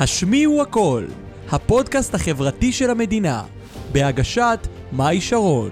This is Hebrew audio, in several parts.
השמיעו הכל, הפודקאסט החברתי של המדינה, בהגשת מאי שרון.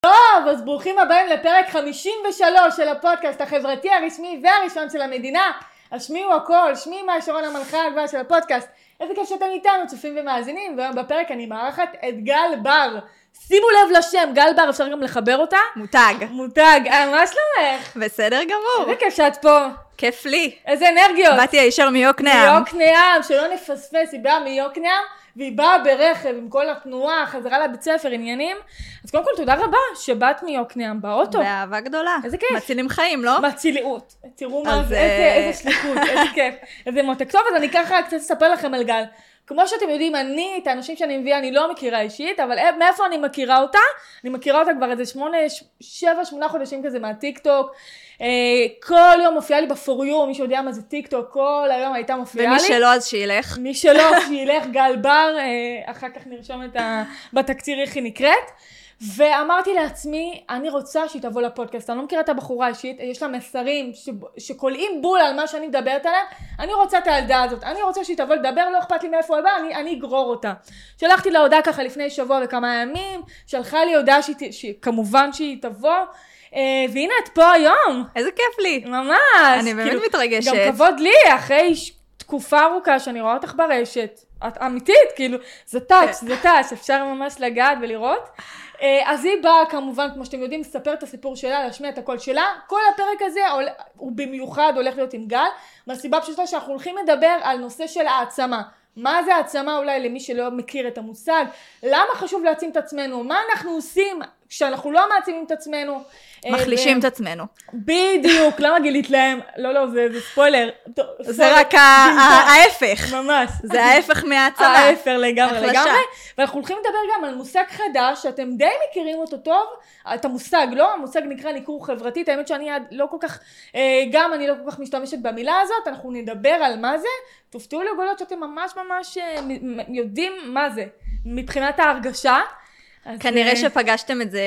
טוב, אז ברוכים הבאים לפרק 53 של הפודקאסט החברתי הרשמי והראשון של המדינה. השמיעו הכל, שמי מה שרון המנחה הגבוהה של הפודקאסט. איזה כיף שאתם איתנו, צופים ומאזינים, והיום בפרק אני מארחת את גל בר. שימו לב לשם, גל בר, אפשר גם לחבר אותה? מותג. מותג, אה, מה שלומך? בסדר גמור. איזה כיף שאת פה. כיף לי. איזה אנרגיות. באתי הישר מיוקנעם. מיוקנעם, שלא נפספס, היא באה מיוקנעם, והיא באה ברכב עם כל התנועה, חזרה לבית ספר, עניינים. אז קודם כל, תודה רבה שבאת מיוקנעם באוטו. באהבה גדולה. איזה כיף. מצילים חיים, לא? מצילות. תראו מה אז, זה, אה, איזה, איזה שליחות, איזה כיף, איזה מותק. טוב, אז אני ככה קצת אספר לכם על גל. כמו שאתם יודעים, אני, את האנשים שאני מביאה, אני לא מכירה אישית, אבל אה, מאיפה אני מכירה אותה? אני מכירה אותה כבר איזה שמונה, ש- שבע, שמונה חודשים כזה מהטיקטוק. אה, כל יום מופיעה לי בפוריום, מי שיודע מה זה טיקטוק, כל היום הייתה מופיעה לי. ומי שלא, אז שילך. מי שלא, שילך גל בר, אה, אחר כך נרשום את ה... בתקציר איך היא נקראת. ואמרתי לעצמי, אני רוצה שהיא תבוא לפודקאסט, אני לא מכירה את הבחורה האישית, יש לה מסרים ש... שקולעים בול על מה שאני מדברת עליהם, אני רוצה את הילדה הזאת, אני רוצה שהיא תבוא לדבר, לא אכפת לי מאיפה היא באה, אני, אני אגרור אותה. שלחתי לה הודעה ככה לפני שבוע וכמה ימים, שלחה לי הודעה שהיא ת- שכמובן שהיא תבוא, אה, והנה את פה היום, איזה כיף לי. ממש. אני באמת כאילו, מתרגשת. גם כבוד לי, אחרי ש- תקופה ארוכה שאני רואה אותך ברשת. את אמיתית, כאילו, זה טאץ', זה טאץ', אפשר ממש לגעת ולראות. אה, אז היא באה כמובן, כמו שאתם יודעים, לספר את הסיפור שלה, להשמיע את הקול שלה. כל הפרק הזה עול- הוא במיוחד הולך להיות עם גל, מהסיבה הפשוטה שאנחנו הולכים לדבר על נושא של העצמה. מה זה העצמה אולי למי שלא מכיר את המושג? למה חשוב להעצים את עצמנו? מה אנחנו עושים כשאנחנו לא מעצימים את עצמנו? אה, מחלישים ו- את עצמנו. בדיוק, למה גילית להם? לא, לא, זה, זה ספוילר. טוב, זה ספוילר. רק ה- ה- ההפך. ממש. זה ההפך מההצלה. ההפך לגמרי החלשה. לגמרי. ואנחנו הולכים לדבר גם על מושג חדש, שאתם די מכירים אותו טוב, את המושג, לא? המושג נקרא ניכור חברתית, האמת שאני עד לא כל כך, אה, גם אני לא כל כך משתמשת במילה הזאת, אנחנו נדבר על מה זה, תופתעו לגולות שאתם ממש ממש אה, מ- מ- יודעים מה זה, מבחינת ההרגשה. אז, כנראה אה, שפגשתם את זה,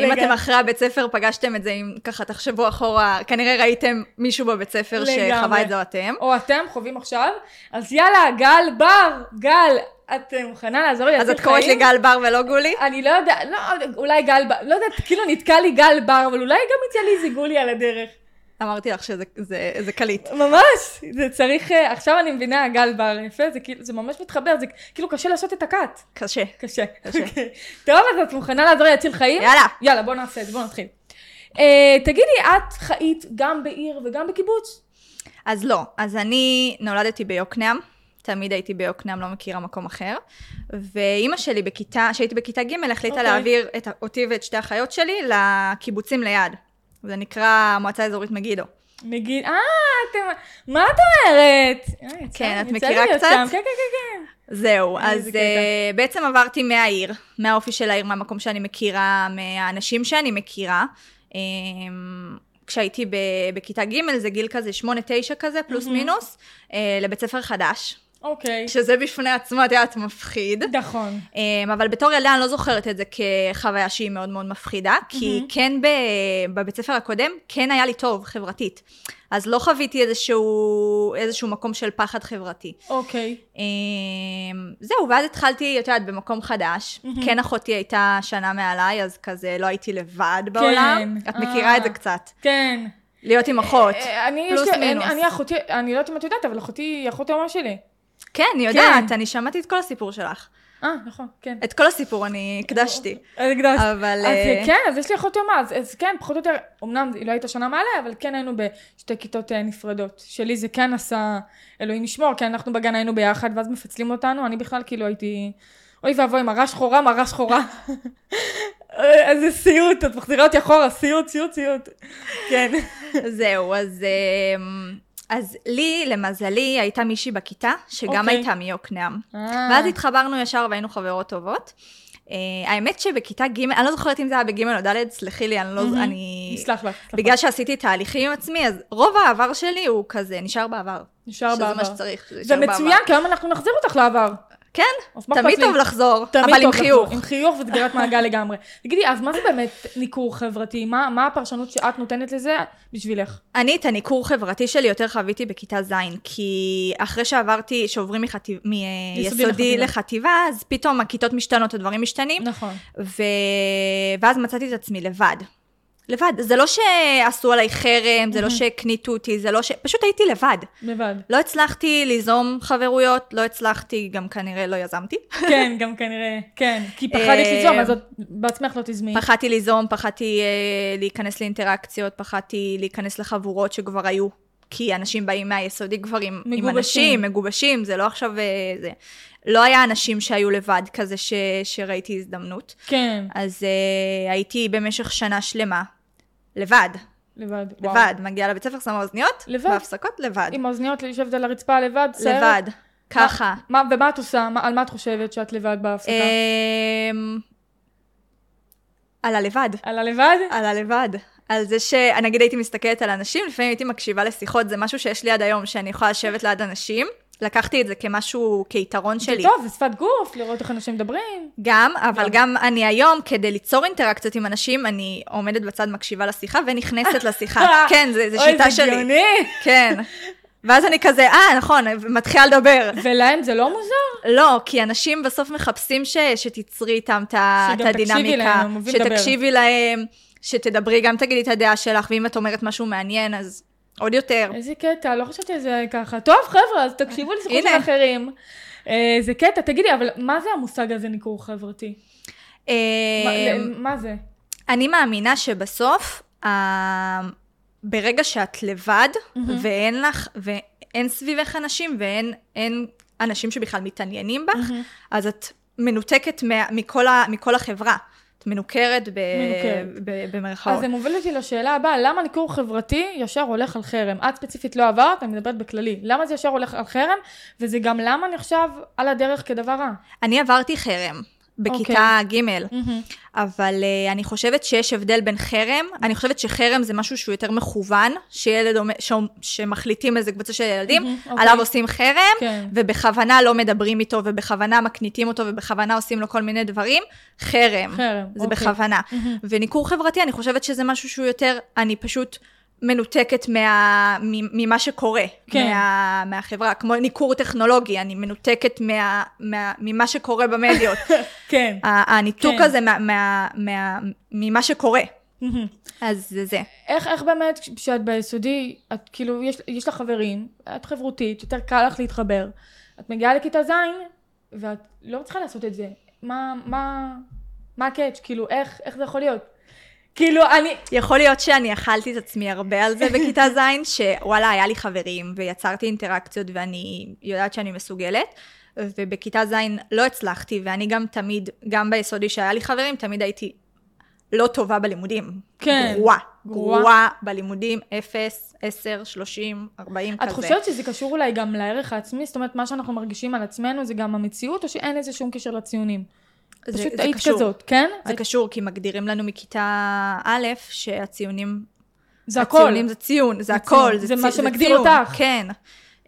אם לגמרי. אתם אחרי הבית ספר, פגשתם את זה, אם ככה תחשבו אחורה, כנראה ראיתם מישהו בבית ספר לגמרי. שחווה את זה או אתם. או אתם חווים עכשיו, אז יאללה, גל בר, גל, את אה, מוכנה לעזור לי אז להציל את קוראת לי חיים? גל בר ולא גולי? אני לא יודעת, לא, אולי גל בר, לא יודעת, כאילו נתקע לי גל בר, אבל אולי גם יצא לי איזה גולי על הדרך. אמרתי לך שזה זה- זה קליט. ממש, זה צריך, אה, עכשיו אני מבינה, גל בר, יפה, זה כאילו, זה ממש מתחבר, זה כאילו קשה לעשות את הקאט. קשה. קשה. קשה. אוקיי. טוב, אז את מוכנה לעזור לי להציל חיים? יאללה. יאללה, בוא נעשה את זה, בוא נתחיל. אה, תגידי, את חיית גם בעיר וגם בקיבוץ? אז לא, אז אני נולדתי ביוקנעם, תמיד הייתי ביוקנעם, לא מכירה מקום אחר, ואימא שלי בכיתה, כשהייתי בכיתה ג' החליטה okay. אוקיי. להעביר את, ה- אותי ואת שתי האחיות שלי לקיבוצים ליד. זה נקרא מועצה אזורית מגידו. מגיל... אה, אתם... מה את אומרת? אה, יצא- כן, יצא את לי מכירה להיות קצת? שם. כן, כן, כן, כן. זהו, אה, אז איזה קטע. uh, בעצם עברתי מהעיר, מהאופי של העיר, מהמקום שאני מכירה, מהאנשים שאני מכירה. Um, כשהייתי ב- בכיתה ג' זה גיל כזה 8-9 כזה, פלוס מינוס, uh, לבית ספר חדש, אוקיי. שזה בפני עצמו, את יודעת, מפחיד. נכון. אמ, אבל בתור ילדה אני לא זוכרת את זה כחוויה שהיא מאוד מאוד מפחידה, כי מהמם. כן ב- בבית ספר הקודם, כן היה לי טוב חברתית. אז לא חוויתי איזשהו, איזשהו מקום של פחד חברתי. אוקיי. אמ, זהו, ואז התחלתי, את יודעת, במקום חדש. מהמם. כן אחותי הייתה שנה מעליי, אז כזה לא הייתי לבד בעולם. את מכירה כן. אה. את זה קצת. כן. להיות עם אחות. אה, אני, פלוס יש לי- מינוס. אני- אני אחותי, אני לא יודעת אם את יודעת, אבל אחותי היא אחות האומה שלי. כן, אני יודעת, אני שמעתי את כל הסיפור שלך. אה, נכון, כן. את כל הסיפור אני הקדשתי. אז הקדשת. אבל... אז אה, אה, כן, אז יש לי אחות יומה, אז, אז כן, פחות או יותר, אמנם היא לא הייתה שנה מעלה, אבל כן היינו בשתי כיתות אה, נפרדות. שלי זה כן עשה, אלוהים ישמור, כי אנחנו בגן היינו ביחד, ואז מפצלים אותנו, אני בכלל כאילו הייתי, אוי ואבוי, מרה שחורה, מרה שחורה. אה, איזה סיוט, את מחזירה אותי אחורה, סיוט, סיוט, סיוט. כן. זהו, אז, אמ, אז לי, למזלי, הייתה מישהי בכיתה, שגם אוקיי. הייתה מיוקנעם. אה, ואז התחברנו ישר והיינו חברות טובות. אה, האמת שבכיתה ג', אני לא זוכרת אם זה היה בג' או ד', סלחי לי, אני לא... מהמם. אני... נסלח לך. סלח בגלל לך. שעשיתי תהליכים עם עצמי, אז רוב העבר שלי הוא כזה, נשאר בעבר. נשאר שזה מה בעבר. שצריך, זה נשאר בעבר. מצוין, כי היום אנחנו נחזיר אותך לעבר. כן, אז מה תמיד אכפת לי? טוב לחזור, תמיד אבל עם טוב לחזור. חיוך. עם חיוך וסגירת מעגל לגמרי. תגידי, אז מה זה באמת ניכור חברתי? מה מה הפרשנות שאת נותנת לזה בשבילך? אני את הניכור חברתי שלי יותר חוויתי בכיתה ז', כי אחרי שעברתי, שעוברים מחטיב- מיסודי לחטיבה. לחטיבה, אז פתאום הכיתות משתנות, הדברים משתנים, נכון. ו... ואז מצאתי את עצמי לבד. לבד. זה לא שעשו עליי חרם, זה לא שהקניטו אותי, זה לא ש... פשוט הייתי לבד. לבד. לא הצלחתי ליזום חברויות, לא הצלחתי, גם כנראה לא יזמתי. כן, גם כנראה, כן. כי פחדת אה, ליזום, אז את בעצמך לא תזמי. פחדתי ליזום, פחדתי אה, להיכנס לאינטראקציות, פחדתי להיכנס לחבורות שכבר היו. כי אנשים באים מהיסודי כבר עם, עם מגובשים. אנשים, מגובשים, זה לא עכשיו... אה, זה... לא היה אנשים שהיו לבד כזה ש... שראיתי הזדמנות. כן, אז אה, הייתי במשך שנה שלמה לבד, לבד. וואו. וואו. לבד. מגיעה לבית ספר, שמה אוזניות, לבד. בהפסקות, לבד. עם האוזניות יושבת על הרצפה לבד, סיירת. לבד. ככה. אה, מה, ומה את עושה? מה, על מה את חושבת שאת לבד בהפסקה? אמ, על הלבד. על הלבד? על הלבד. על זה ש... נגיד הייתי מסתכלת על אנשים, לפעמים הייתי מקשיבה לשיחות, זה משהו שיש לי עד היום, שאני יכולה לשבת ליד אנשים. לקחתי את זה כמשהו, כיתרון זה שלי. טוב, זה שפת גוף, לראות איך אנשים מדברים. גם, אבל גם. גם אני היום, כדי ליצור אינטראקציות עם אנשים, אני עומדת בצד, מקשיבה לשיחה ונכנסת לשיחה. כן, זה, זה שיטה אוי, זה שלי. גאוני. כן. ואז אני כזה, אה, נכון, מתחילה לדבר. ולהם זה לא מוזר? לא, כי אנשים בסוף מחפשים ש... שתיצרי איתם את ה- שגם את הדינמיקה. תקשיבי להם, הם אוהבים שתקשיבי להם, שתדברי, גם תגידי את הדעה שלך, ואם את אומרת משהו מעניין, אז עוד יותר. איזה קטע, לא חשבתי על זה ככה. טוב, חבר'ה, אז תקשיבו לשיחות של הנה. אחרים. אה, זה קטע, תגידי, אבל מה זה המושג הזה ניכור חברתי? מה- אה, מה זה? אני מאמינה שבסוף, אה, ברגע שאת לבד, מהמם. ואין לך, ואין סביבך אנשים, ואין אין אנשים שבכלל מתעניינים בך, אה, אז את מנותקת מה- מכל ה- מכל החברה. את מנוכרת ב- מנוכרת. ב- במרכאות. אז זה מוביל אותי לשאלה הבאה, למה ניכור חברתי ישר הולך על חרם? את ספציפית לא עברת, אני מדברת בכללי. למה זה ישר הולך על חרם? וזה גם למה נחשב על הדרך כדבר רע. אני עברתי חרם בכיתה אוקיי. okay. ג', אבל uh, אני חושבת שיש הבדל בין חרם, אני חושבת שחרם זה משהו שהוא יותר מכוון, שילד אומר, ש... שמחליטים איזה קבוצה של ילדים, Mhm, okay. אוקיי. עליו עושים חרם, כן. ובכוונה לא מדברים איתו, ובכוונה מקניטים אותו, ובכוונה עושים לו כל מיני דברים, חרם. חרם, זה אוקיי. בכוונה. מהמם. וניכור חברתי, אני חושבת שזה משהו שהוא יותר, אני פשוט מנותקת מה, מ- ממה שקורה, כן. מה, מהחברה, כמו ניכור טכנולוגי, אני מנותקת מה, מה, ממה שקורה במדיות. כן. ה- הניתוק כן. הזה מה, מה, מה, ממה שקורה. אז זה זה. איך, איך באמת כש- כשאת ביסודי, את כאילו, יש, יש לך חברים, את חברותית, יותר קל לך להתחבר. את מגיעה לכיתה ז' ואת לא צריכה לעשות את זה. מה, מה, מה הקאץ'? כאילו, איך, איך זה יכול להיות? כאילו, אני... יכול להיות שאני אכלתי את עצמי הרבה על זה בכיתה ז', שוואלה, היה לי חברים, ויצרתי אינטראקציות, ואני יודעת שאני מסוגלת. ובכיתה ז' לא הצלחתי, ואני גם תמיד, גם ביסודי שהיה לי חברים, תמיד הייתי לא טובה בלימודים. כן. גרועה. גרועה. גרועה בלימודים, 0, 10, 30, 40, כזה. את חושבת שזה קשור אולי גם לערך העצמי? זאת אומרת, מה שאנחנו מרגישים על עצמנו זה גם המציאות, או שאין לזה שום קשר לציונים? זה- פשוט זה היית קשור. כזאת, כן? זה את- קשור, כי מגדירים לנו מכיתה א', שהציונים זה הכל. הציונים זה ציון, זה זה ציון. הכל, זה צי- מה שמגדיר ציון, אותך. כן.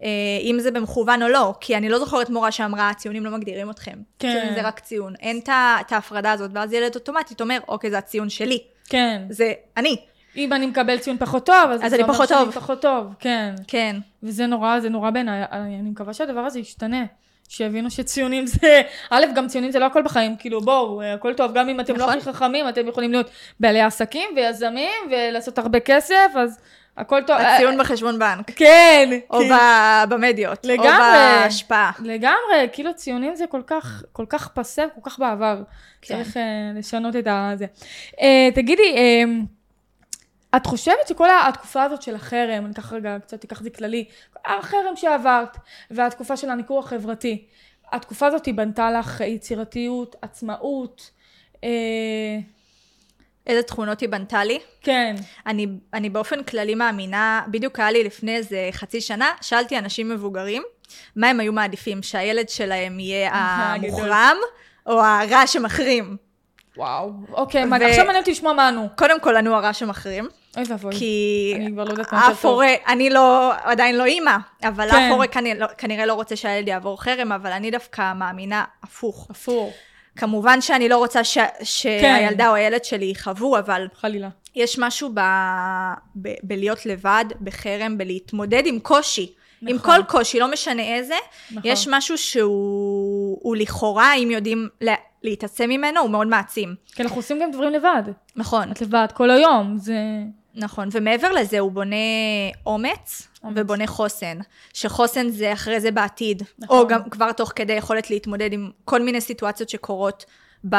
אה, אם זה במכוון או לא, כי אני לא זוכרת מורה שאמרה, הציונים לא מגדירים אתכם. כן. ציון זה רק ציון. אין את ה- את ההפרדה הזאת, ואז ילד אוטומטית אומר, אוקיי, זה הציון שלי. כן. זה אני. אם אני מקבל ציון פחות טוב, אז, אז זה אני אומר פחות שאני טוב. פחות טוב, כן. כן. וזה נורא, זה נורא בעיניי, אני אני מקווה שהדבר הזה ישתנה. שיבינו שציונים זה, א', גם ציונים זה לא הכל בחיים, כאילו בואו, הכל טוב, גם אם אתם לא נכון. הכי חכמים, אתם יכולים להיות בעלי עסקים ויזמים ולעשות הרבה כסף, אז הכל טוב. הציון בחשבון בנק. אה, כן. או כאילו. ב- במדיות. או לגמרי. בהשפעה. לגמרי, כאילו ציונים זה כל כך, כל כך פסה, כל כך בעבר. כן. כן. צריך uh, לשנות את הזה. Uh, תגידי, uh, את חושבת שכל התקופה הזאת של החרם, אני אקח רגע, קצת אקח זה כללי, החרם שעברת, והתקופה של הניכור החברתי, התקופה הזאת היא בנתה לך יצירתיות, עצמאות, uh, איזה תכונות היא בנתה לי? כן, אני, אני באופן כללי מאמינה, בדיוק היה לי לפני איזה חצי שנה, שאלתי אנשים מבוגרים, מה הם היו מעדיפים, שהילד שלהם יהיה הגדול. המוחרם, או הרע שמחרים. וואו. אוקיי, מה, ו- עכשיו מעניין אותי לשמוע מה ענו. קודם כל, אנו הרע שמחרים, אוי ואבוי. כי אני כבר לא יודעת מה יותר אף טוב. הורה, אני לא, עדיין לא אימא, אבל כן. אף הורה כנראה לא- כנראה לא רוצה שהילד יעבור חרם, אבל אני דווקא מאמינה הפוך. אפור, כמובן שאני לא רוצה ש- כן. שהילדה או הילד שלי יחוו, אבל חלילה. יש משהו ב... ב... בלהיות לבד, בחרם, בלהתמודד עם קושי. נכון. עם נכון. כל קושי, לא משנה איזה. נכון. נכון. יש משהו שהוא הוא לכאורה, אם יודעים לה... להתעצם ממנו, הוא מאוד מעצים. כי אנחנו עושים גם דברים לבד. נכון. את לבד כל היום, זה... נכון. ומעבר לזה, הוא בונה אומץ, אומץ. אומץ. ובונה חוסן. שחוסן זה אחרי זה בעתיד. נכון. נכון. או גם כבר תוך כדי יכולת להתמודד עם כל מיני סיטואציות שקורות ב...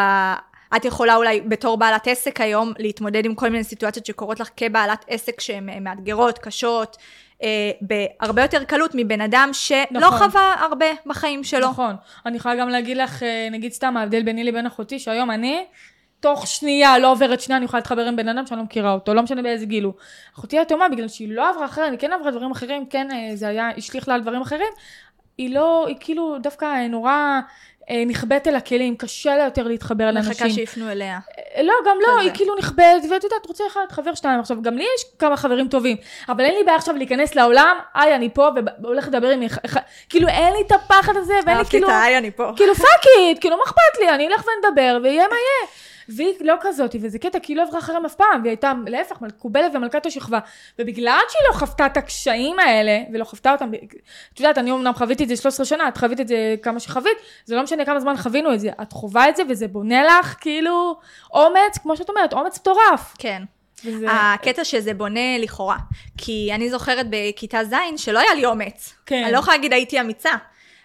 את יכולה אולי בתור בעלת עסק היום להתמודד עם כל מיני סיטואציות שקורות לך כבעלת עסק שהן אה, מאתגרות, קשות, אה, בהרבה יותר קלות מבן אדם שלא נכון. נכון. חווה הרבה בחיים שלו. נכון. נכון. אני יכולה גם להגיד לך, אה, נגיד סתם, ההבדל ביני לבין אחותי, שהיום אני, תוך שנייה, לא עוברת שנייה, אני יכולה להתחבר עם בן אדם שאני לא מכירה אותו, לא משנה באיזה גיל הוא. אחותי התאומה, בגלל שהיא לא עברה אחרת, היא כן עברה דברים אחרים, כן, אה, זה היה, השליך לה על דברים אחרים, היא לא, היא כאילו דווקא אה, נורא אה, נכבדת אל הכלים, קשה לה יותר להתחבר לאנשים. מחכה שיפנו אליה. לא, גם לא, כזה. היא כאילו נכבדת, ואת יודעת, רוצה אחד, חבר שתיים. עכשיו, גם לי יש כמה חברים טובים, אבל אין לי בעיה עכשיו להיכנס לעולם, היי, אני פה, והולך לדבר עם אח- אח- כאילו, אין לי את הפחד הזה, ואין לי אהבתי כאילו... את העין, אני פה. כאילו, פאק איט, כאילו, מה אכפת לי, אני אלך ונדבר, ויהיה מה יהיה. והיא לא כזאת, וזה קטע, כי היא לא עברה חרם אף פעם, והיא הייתה להפך, מקובלת ומלכת השכבה. ובגלל שהיא לא חוותה את הקשיים האלה, ולא חוותה אותם, ב- את יודעת, אני אמנם חוויתי את זה 13 שנה, את חווית את זה כמה שחווית, זה לא משנה כמה זמן חווינו את זה, את חווה את זה, וזה בונה לך, כאילו, אומץ, כמו שאת אומרת, אומץ מטורף. כן. וזה... הקטע שזה בונה לכאורה. כי אני זוכרת בכיתה ז' שלא היה לי אומץ. כן. אני לא יכולה להגיד הייתי אמיצה.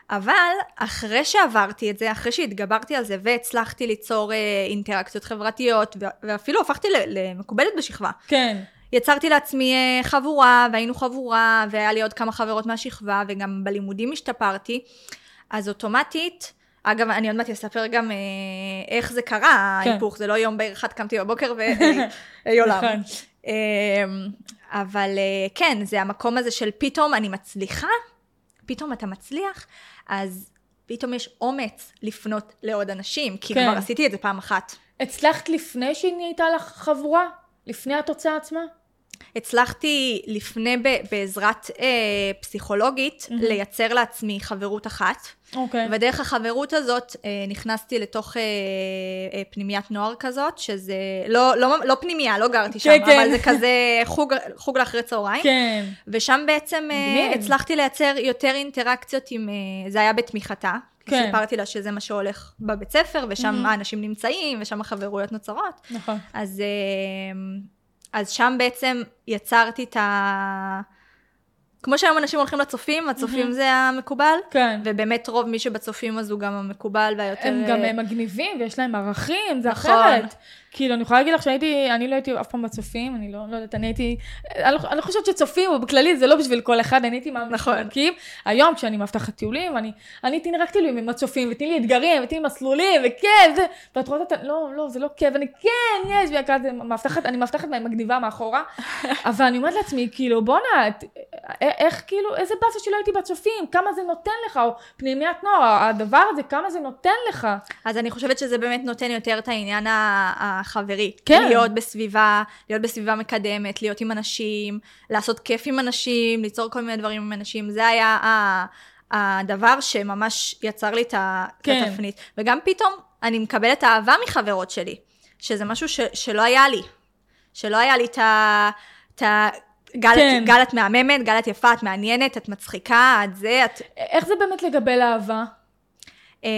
אבל אחרי שעברתי את זה, אחרי שהתגברתי על זה והצלחתי ליצור אה, אינטראקציות חברתיות, ו- ואפילו הפכתי ל- למקובלת בשכבה. כן. יצרתי לעצמי אה, חבורה, והיינו חבורה, והיה לי עוד כמה חברות מהשכבה, וגם בלימודים השתפרתי. אז אוטומטית, אגב, אני עוד מעט אספר גם אה, איך זה קרה, כן. ההיפוך, זה לא יום בהיר אחד קמתי בבוקר אה, ואי עולם. נכון. אמ, אבל אה, כן, זה המקום הזה של פתאום אני מצליחה, פתאום אתה מצליח, אז פתאום יש אומץ לפנות לעוד אנשים, כי כן. כבר עשיתי את זה פעם אחת. הצלחת לפני שהיא נהייתה לך חבורה? לפני התוצאה עצמה? הצלחתי לפני ב- בעזרת אה, פסיכולוגית מהמם. לייצר לעצמי חברות אחת, אוקיי. ודרך החברות הזאת אה, נכנסתי לתוך אה, אה, פנימיית נוער כזאת, שזה לא, לא, לא פנימייה, לא גרתי שם, כן, כן. אבל זה כזה חוג, חוג לאחרי צהריים. כן. ושם בעצם אה, מגניב. הצלחתי לייצר יותר אינטראקציות עם, אה, זה היה בתמיכתה. כן. כן. סיפרתי לה שזה מה שהולך בבית ספר, ושם מהמם. האנשים נמצאים, ושם החברויות נוצרות. נכון. אז, אה, אז שם בעצם יצרתי את ה... כמו שהיום אנשים הולכים לצופים, הצופים מהמם. זה המקובל, כן. ובאמת רוב מי שבצופים אז הוא גם המקובל והיותר... הם גם אה, אה, מגניבים ויש להם ערכים, זה נכון. אחרת. כאילו, אני יכולה להגיד לך שהייתי, אני לא הייתי אף פעם בצופים, אני לא, לא יודעת, אני הייתי, אני לא- אני לא חושבת שצופים, או בכללי, זה לא בשביל כל אחד, אני הייתי נכון. מהמקים. היום, כשאני מאבטחת טיולים, אני, אני כאילו תני רק טיולים עם הצופים, ותני לא לי אתגרים, ותני לי מסלולים, וכיף, זה, ואת רואה אותה, לא, לא, זה לא כיף, אני כן, יש, וכזה, מאבטחת, אני מאבטחת מהם מגניבה מאחורה, אבל אני אומרת לעצמי, כאילו, בואנה, את- א- איך, כאילו, איזה באסה שלא הייתי בצופים, כמה זה נותן לך, או פנימיית נוער, הדבר הזה, כמה זה נותן לך. אז אני חושבת שזה באמת נותן יותר את העניין ה- החברי. כן. להיות בסביבה, להיות בסביבה מקדמת, להיות עם אנשים, לעשות כיף עם אנשים, ליצור כל מיני דברים עם אנשים. זה היה ה- הדבר שממש יצר לי את ה- את כן. התפנית. וגם פתאום אני מקבלת אהבה מחברות שלי, שזה משהו ש- שלא היה לי. שלא היה לי את ה... את ה- גל, כן. את, גל את מהממת, גל את יפה, את מעניינת, את מצחיקה, את זה, את... איך זה באמת לגבי לאהבה? אה,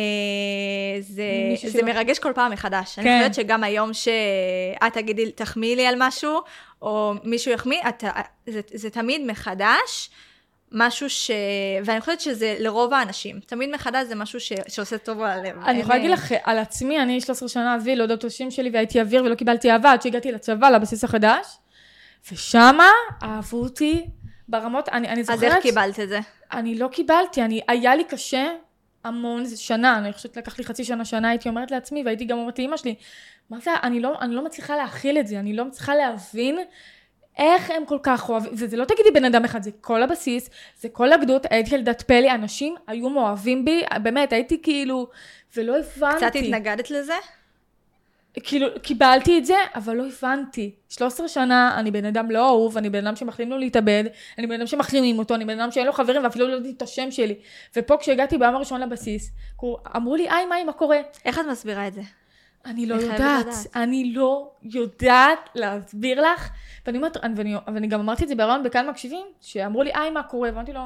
זה, מישהו זה שלא- מרגש כל פעם מחדש. כן. אני חושבת שגם היום שאת תגידי, תחמיאי לי על משהו, או מישהו יחמיא, את, זה, זה תמיד מחדש משהו ש... ואני חושבת שזה לרוב האנשים. תמיד מחדש זה משהו ש, שעושה טוב על הלב. אני יכולה להגיד לך על עצמי, אני 13 שנה, עזבי, לא יודעת השם שלי והייתי אוויר ולא קיבלתי אהבה עד שהגעתי לצבא, לבסיס החדש, ושמה אהבו אותי ברמות, אני, אני זוכרת... אז איך קיבלת את זה? אני לא קיבלתי, אני, היה לי קשה המון ז- שנה, אני חושבת לקח לי חצי שנה, שנה הייתי אומרת לעצמי, והייתי גם אומרת לאימא שלי, מה זה, אני לא, אני לא מצליחה להכיל את זה, אני לא מצליחה להבין איך הם כל כך אוהבים, וזה לא תגידי בן אדם אחד, זה כל הבסיס, זה כל הגדוד, הייתי ילדת פלא, אנשים היו מאוהבים בי, באמת, הייתי כאילו, ולא הבנתי. קצת התנגדת לזה? כאילו, קיבלתי את זה, אבל לא הבנתי. 13 שנה, אני בן אדם לא אהוב, אני בן אדם שמחליטים לו להתאבד, אני בן אדם שמחרימים אותו, אני בן אדם שאין לו חברים ואפילו לא יודעים את השם שלי. ופה כשהגעתי ביום הראשון לבסיס, כאילו, אמרו לי, היי, מאי, מה קורה? איך את מסבירה את זה? אני לא אני חייבת יודעת, לדעת. אני לא יודעת להסביר לך. ואני אומרת, אני- ואני, ואני גם אמרתי את זה בהרעיון בקהל מקשיבים, שאמרו לי, היי, מה קורה? ואמרתי לו,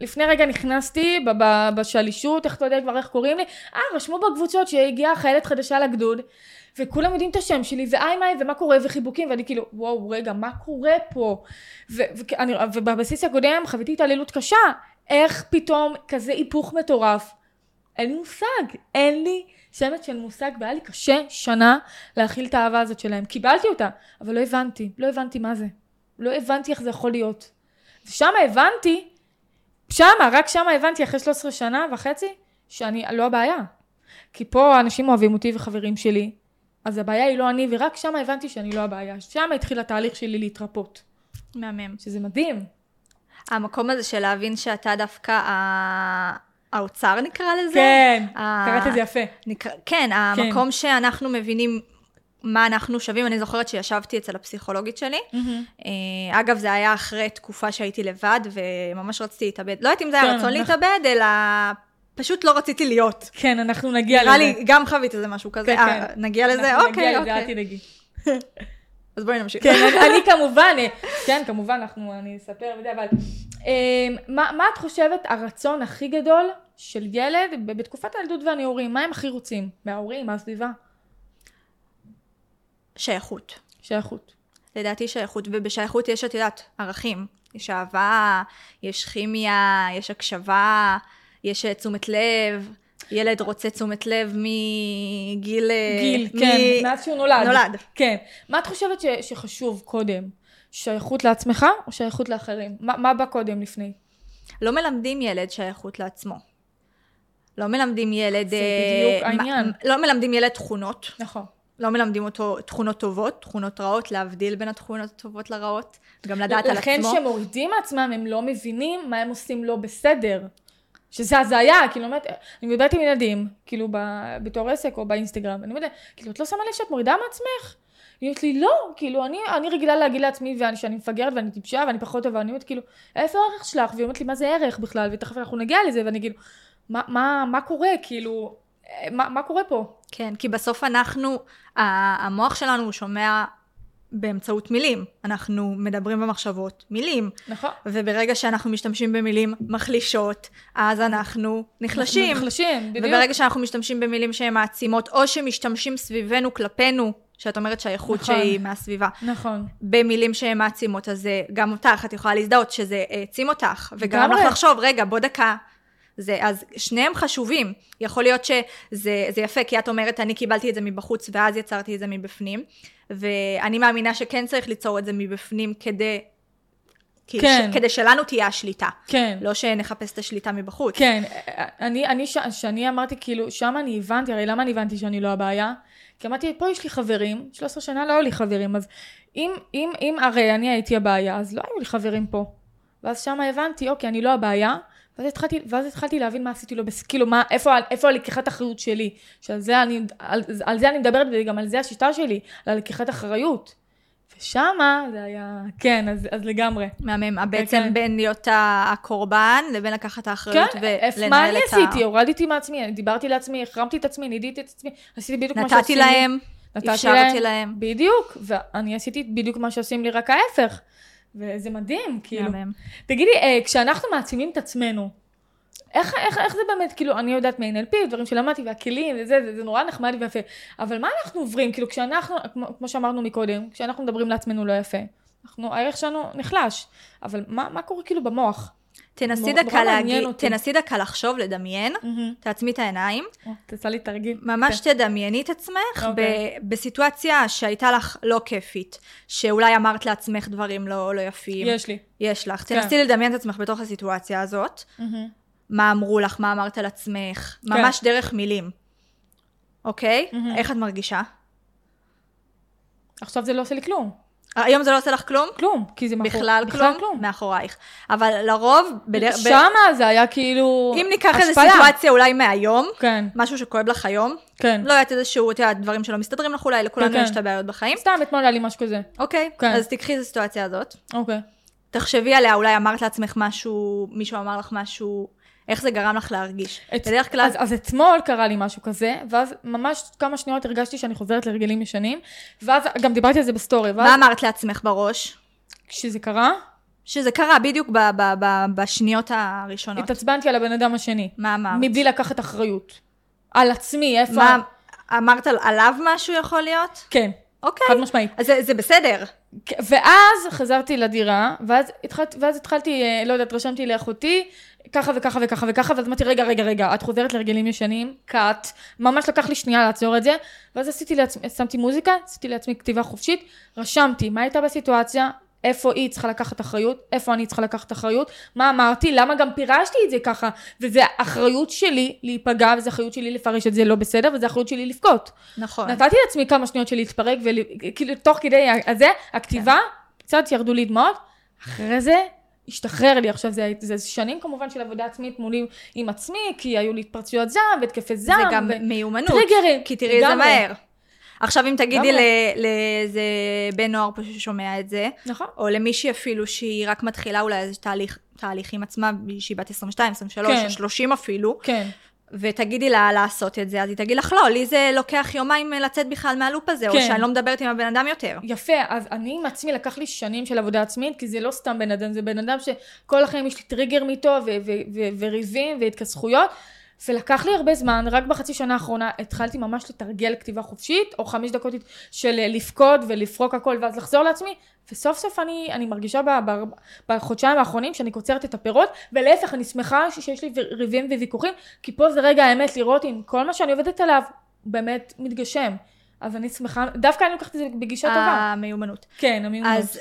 לפני רגע נכנסתי ב- ב- בשלישות, איך אתה יודע כבר איך קוראים לי? אה, רשמו בקבוצות שהגיעה חיילת חדשה לגדוד, וכולם יודעים את השם שלי, והי מאי, ומה קורה, וחיבוקים, ואני כאילו, וואו, רגע, מה קורה פה? ו- וכאני- ובבסיס הקודם חוויתי התעללות קשה, איך פתאום כזה היפוך מטורף? אין לי מושג, אין לי שמץ של מושג, והיה לי קשה שנה להכיל את האהבה הזאת שלהם. קיבלתי אותה, אבל לא הבנתי, לא הבנתי מה זה. לא הבנתי איך זה יכול להיות. ושם הבנתי, שמה, רק שמה הבנתי אחרי 13 שנה וחצי, שאני לא הבעיה. כי פה אנשים אוהבים אותי וחברים שלי, אז הבעיה היא לא אני, ורק שם הבנתי שאני לא הבעיה. שם התחיל התהליך שלי להתרפות, מהמם. שזה מדהים. המקום הזה של להבין שאתה דווקא ה- האוצר נקרא לזה? כן, ה- קראת את זה יפה. נקרא, כן, המקום כן. שאנחנו מבינים מה אנחנו שווים. אני זוכרת שישבתי אצל הפסיכולוגית שלי. אה, אגב, זה היה אחרי תקופה שהייתי לבד וממש רציתי להתאבד. לא יודעת אם זה היה כן, רצון אנחנו- להתאבד, אלא פשוט לא רציתי להיות. כן, אנחנו נגיע לזה. נראה לי, גם חווית איזה משהו כזה. כן, אה, כן. נגיע לזה? אנחנו נגיע אוקיי, לזה, אל אוקיי. תדאגי. אז בואי נמשיך. כן, אני- אני כמובן, אה, כן, כמובן, אנחנו, אני אספר וזה, אבל אמ, מה מה את חושבת הרצון הכי גדול של ילד ב- בתקופת הילדות והנעורים? מה הם הכי רוצים? מההורים, מהסביבה? שייכות. שייכות. לדעתי שייכות, ובשייכות יש, את יודעת, ערכים. יש אהבה, יש כימיה, יש הקשבה, יש אה, תשומת לב. ילד רוצה תשומת לב מגיל... אה, גיל, מ- כן, מאז שהוא נולד. נולד. כן. מה את חושבת ש- שחשוב קודם? שייכות לעצמך או שייכות לאחרים? מה מה בא קודם לפני? לא מלמדים ילד שייכות לעצמו. לא מלמדים ילד... זה אה, בדיוק העניין. מה- לא מלמדים ילד תכונות. נכון. לא מלמדים אותו תכונות טובות, תכונות רעות, להבדיל בין התכונות הטובות לרעות. גם לדעת על לכן עצמו. כשמורידים מעצמם, הם לא מבינים מה הם עושים לא בסדר. שזה הזיה, כאילו, באמת, אני מדברת עם ילדים, כאילו, ב, בתור עסק או באינסטגרם, אני אומרת, להם, כאילו, את לא שמה לב שאת מורידה מעצמך? היא אומרת לי, לא, כאילו, אני, אני רגילה להגיד לעצמי ואני, שאני מפגרת ואני טיפשה ואני פחות טובה, אני אומרת, כאילו, איפה הערך שלך? והיא אומרת לי, מה זה ערך בכלל? ותכף אנחנו נגיע לזה, ואני כאילו, מה, מה, מה קורה, כאילו, אה, מה, מה קורה פה? כן, כי בסוף אנחנו, ה- המוח שלנו הוא שומע באמצעות מילים. אנחנו מדברים במחשבות מילים, נכון? וברגע שאנחנו משתמשים במילים מחלישות, אז אנחנו נחלשים. נחלשים, בדיוק. וברגע שאנחנו משתמשים במילים שהן מעצימות, או שמשתמשים סביבנו כלפינו, שאת אומרת שהאיכות נכון. שהיא מהסביבה, נכון. במילים שהן מעצימות, אז אה, גם אותך, את יכולה להזדהות שזה העצים אותך, וגרם לגמרי. לך לחשוב, רגע, בוא דקה. זה, אז שניהם חשובים. יכול להיות שזה זה יפה, כי את אומרת, אני קיבלתי את זה מבחוץ, ואז יצרתי את זה מבפנים, ואני מאמינה שכן צריך ליצור את זה מבפנים כדי... כי כן. ש, כדי שלנו תהיה השליטה, כן. לא שנחפש את השליטה מבחוץ. כן, אני, אני, ש- שאני אמרתי, כאילו, שם אני הבנתי, הרי למה אני הבנתי שאני לא הבעיה? כי אמרתי, פה יש לי חברים, 13 שנה לא היו לי חברים, אז אם, אם, אם הרי אני הייתי הבעיה, אז לא היו לי חברים פה. ואז שם הבנתי, אוקיי, אני לא הבעיה, ואז התחלתי, ואז התחלתי להבין מה עשיתי לו, בס- כאילו, מה, איפה, ה- איפה הלקיחת אחריות שלי, שעל זה אני, על, על זה אני מדברת, וגם על זה השיטה שלי, על הלקיחת אחריות. ושמה זה היה, כן, אז, אז לגמרי. מהמם, אה, בעצם כן. בין להיות ה- הקורבן לבין לקחת את האחריות כן, איפה- מה ולנהל אני את ה... עשיתי? הורדתי מעצמי, אני דיברתי לעצמי, החרמתי את עצמי, נידיתי את עצמי, עשיתי בדיוק מה נתתי שעושים לי. להם, נתתי אפשרתי להם. בדיוק, ואני עשיתי בדיוק מה שעושים לי, רק ההפך. וזה מדהים, כאילו. מהמם. תגידי, אה, כשאנחנו מעצימים את עצמנו, איך, איך, איך זה באמת, כאילו, אני יודעת מ-NLP, דברים שלמדתי, והכלים, וזה, זה, זה נורא נחמד ויפה, אבל מה אנחנו עוברים? כאילו, כשאנחנו, כמו, כמו שאמרנו מקודם, כשאנחנו מדברים לעצמנו לא יפה, אנחנו, הערך שלנו נחלש, אבל מה, מה קורה כאילו במוח? תנסי מאוד- דקה נורא מעניין להגיד, אותי. תנסי דקה לחשוב, לדמיין, תעצמי את העיניים, או, תעשה לי תרגיל. כן. ממש תדמייני את עצמך אוקיי. ב- בסיטואציה שהייתה לך לא כיפית, שאולי אמרת לעצמך דברים לא לא יפים, יש לי. יש לך, כן. תנסי לדמיין את עצמך בתוך הסיטואציה הזאת, מה אמרו לך, מה אמרת על עצמך, ממש דרך מילים, אוקיי? כן. מהמם. איך את מרגישה? עכשיו זה לא עושה לי כלום. היום זה לא עושה לך כלום? כלום, כי זה מאחור- בכלל כלום? מאחורייך. אבל לרוב, בדרך- ב- שמה זה היה כאילו... אם ניקח איזו השפלה. סיטואציה אולי מהיום, כן, משהו שכואב לך היום, כן. לא יודעת איזשהו, את יודעת, דברים שלא מסתדרים לך אולי, לכולנו כן, יש כן. את הבעיות בחיים. סתם אתמול היה לי משהו כזה. אוקיי, כן. אז תיקחי את הסיטואציה הזאת, אוקיי. תחשבי עליה, אולי אמרת לעצמך משהו, מישהו אמר לך משהו, איך זה גרם לך להרגיש. את- בדרך כלל, אז, אז אתמול קרה לי משהו כזה, ואז ממש כמה שניות הרגשתי שאני חוזרת להרגלים ישנים, ואז גם דיברתי על זה בסטורי, מה ואז אמרת לעצמך בראש? כשזה קרה, שזה קרה בדיוק ב- ב- ב- בשניות הראשונות. התעצבנתי על הבן אדם השני, מה אמרת? מבלי לקחת אחריות. על עצמי, איפה... מה, אמרת על- עליו משהו יכול להיות? כן, אוקיי. חד משמעית. אז זה- זה בסדר. כן, ואז חזרתי לדירה, ואז, התחלת, ואז התחלתי, אה, לא יודעת, רשמתי לאחותי, ככה וככה וככה וככה, ואז אמרתי, רגע, רגע, רגע, את חוזרת להרגלים ישנים, קאט, ממש לקח לי שנייה לעצור את זה, ואז עשיתי לעצמי, שמתי מוזיקה, עשיתי לעצמי כתיבה חופשית, רשמתי מה הייתה בסיטואציה, איפה היא צריכה לקחת אחריות, איפה אני צריכה לקחת אחריות, מה אמרתי, למה גם פירשתי את זה ככה, וזה אחריות שלי להיפגע, וזה אחריות שלי לפרש את זה לא בסדר, וזה אחריות שלי לבכות. נכון. נתתי לעצמי כמה שניות של להתפרק, וכאילו תוך כדי הזה, הכתיבה, כן. קצת ירדו לי דמעות, אחרי זה השתחרר לי. עכשיו זה, זה שנים כמובן של עבודה עצמית מולי עם עצמי, כי היו לי התפרצויות זעם והתקפי זה זעם. גם ו- מיומנות. טריגרים. כי תראי את זה לגמרי. מהר. עכשיו אם תגידי לגמרי. ל- לאיזה בן נוער פה ששומע את זה, נכון. או למישהי אפילו שהיא רק מתחילה אולי איזה תהליך, תהליך עם עצמה, שהיא בת 22, 23, כן. או 30 אפילו, כן, ותגידי לה לעשות את זה, אז היא תגיד לך, לא, לי זה לוקח יומיים אה, לצאת בכלל מהלופ הזה, או כן. שאני לא מדברת עם הבן אדם יותר. יפה, אז אני עם עצמי לקח לי שנים של עבודה עצמית, כי זה לא סתם בן אדם, זה בן אדם שכל החיים יש לי טריגר מאיתו, ו- ו- ו- וריבים והתכסחויות, ולקח לי הרבה זמן, רק בחצי שנה האחרונה התחלתי ממש לתרגל כתיבה חופשית, או חמש דקות של אה, לבכות ולפרוק הכל ואז לחזור לעצמי, וסוף סוף אני, אני מרגישה ב- ב- בחודשיים האחרונים שאני קוצרת את הפירות, ולהפך אני שמחה ש- שיש לי ו- ריבים וויכוחים, כי פה זה רגע האמת לראות אם כל מה שאני עובדת עליו באמת מתגשם. אז אני שמחה, דווקא אני לוקחת את זה בגישה טובה. המיומנות. כן, המיומנות. אה, אז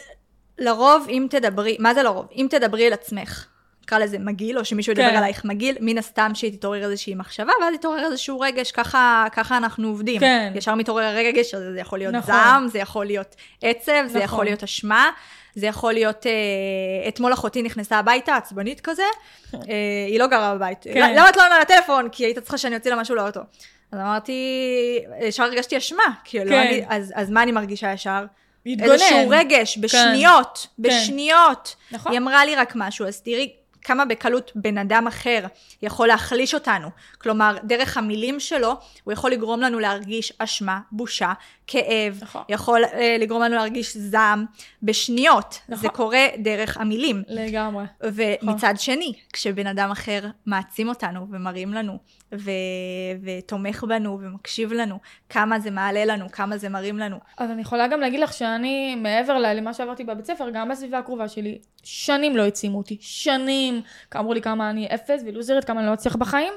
לרוב, אם תדברי, מה זה לרוב? אם תדברי אל עצמך, נקרא לזה מגעיל, או שמישהו ידבר כן. עלייך מגעיל, מן הסתם שהיא תתעורר איזושהי מחשבה, ואז יתעורר איזשהו רגש, ככה, ככה אנחנו עובדים. כן. ישר מתעורר הרגש הזה, זה יכול להיות נכון. נכון. זעם, זה יכול להיות עצב, נכון. זה נכון. יכול להיות אשמה, זה יכול להיות, אה, אתמול אחותי נכנסה הביתה, עצבנית כזה, אה, היא לא גרה בבית. כן. כן. למה את לא עונה לטלפון? כי הייתה צריכה שאני אוציא לה משהו לאוטו. אז אמרתי, ישר הרגשתי אשמה, כאילו, כן. כן. אני, אז, אז מה אני מרגישה ישר? להתגונן. איזשהו רגש, בשניות, בשניות. כן, נכון. היא אמרה לי רק משהו, אז תראי כמה בקלות בן אדם אחר יכול להחליש אותנו. כלומר, דרך המילים שלו, הוא יכול לגרום לנו להרגיש אשמה, בושה, כאב, נכון. יכול אה, לגרום לנו להרגיש זעם, בשניות. נכון. זה קורה דרך המילים. לגמרי. ומצד שני, כשבן אדם אחר מעצים אותנו ומראים לנו ו... ותומך בנו ומקשיב לנו, כמה זה מעלה לנו, כמה זה מרים לנו. אז אני יכולה גם להגיד לך שאני, מעבר ל- למה שעברתי בבית ספר, גם בסביבה הקרובה שלי, שנים לא העצימו אותי. שנים. אמרו לי כמה אני אפס ולוזרית, כמה אני לא אצליח בחיים.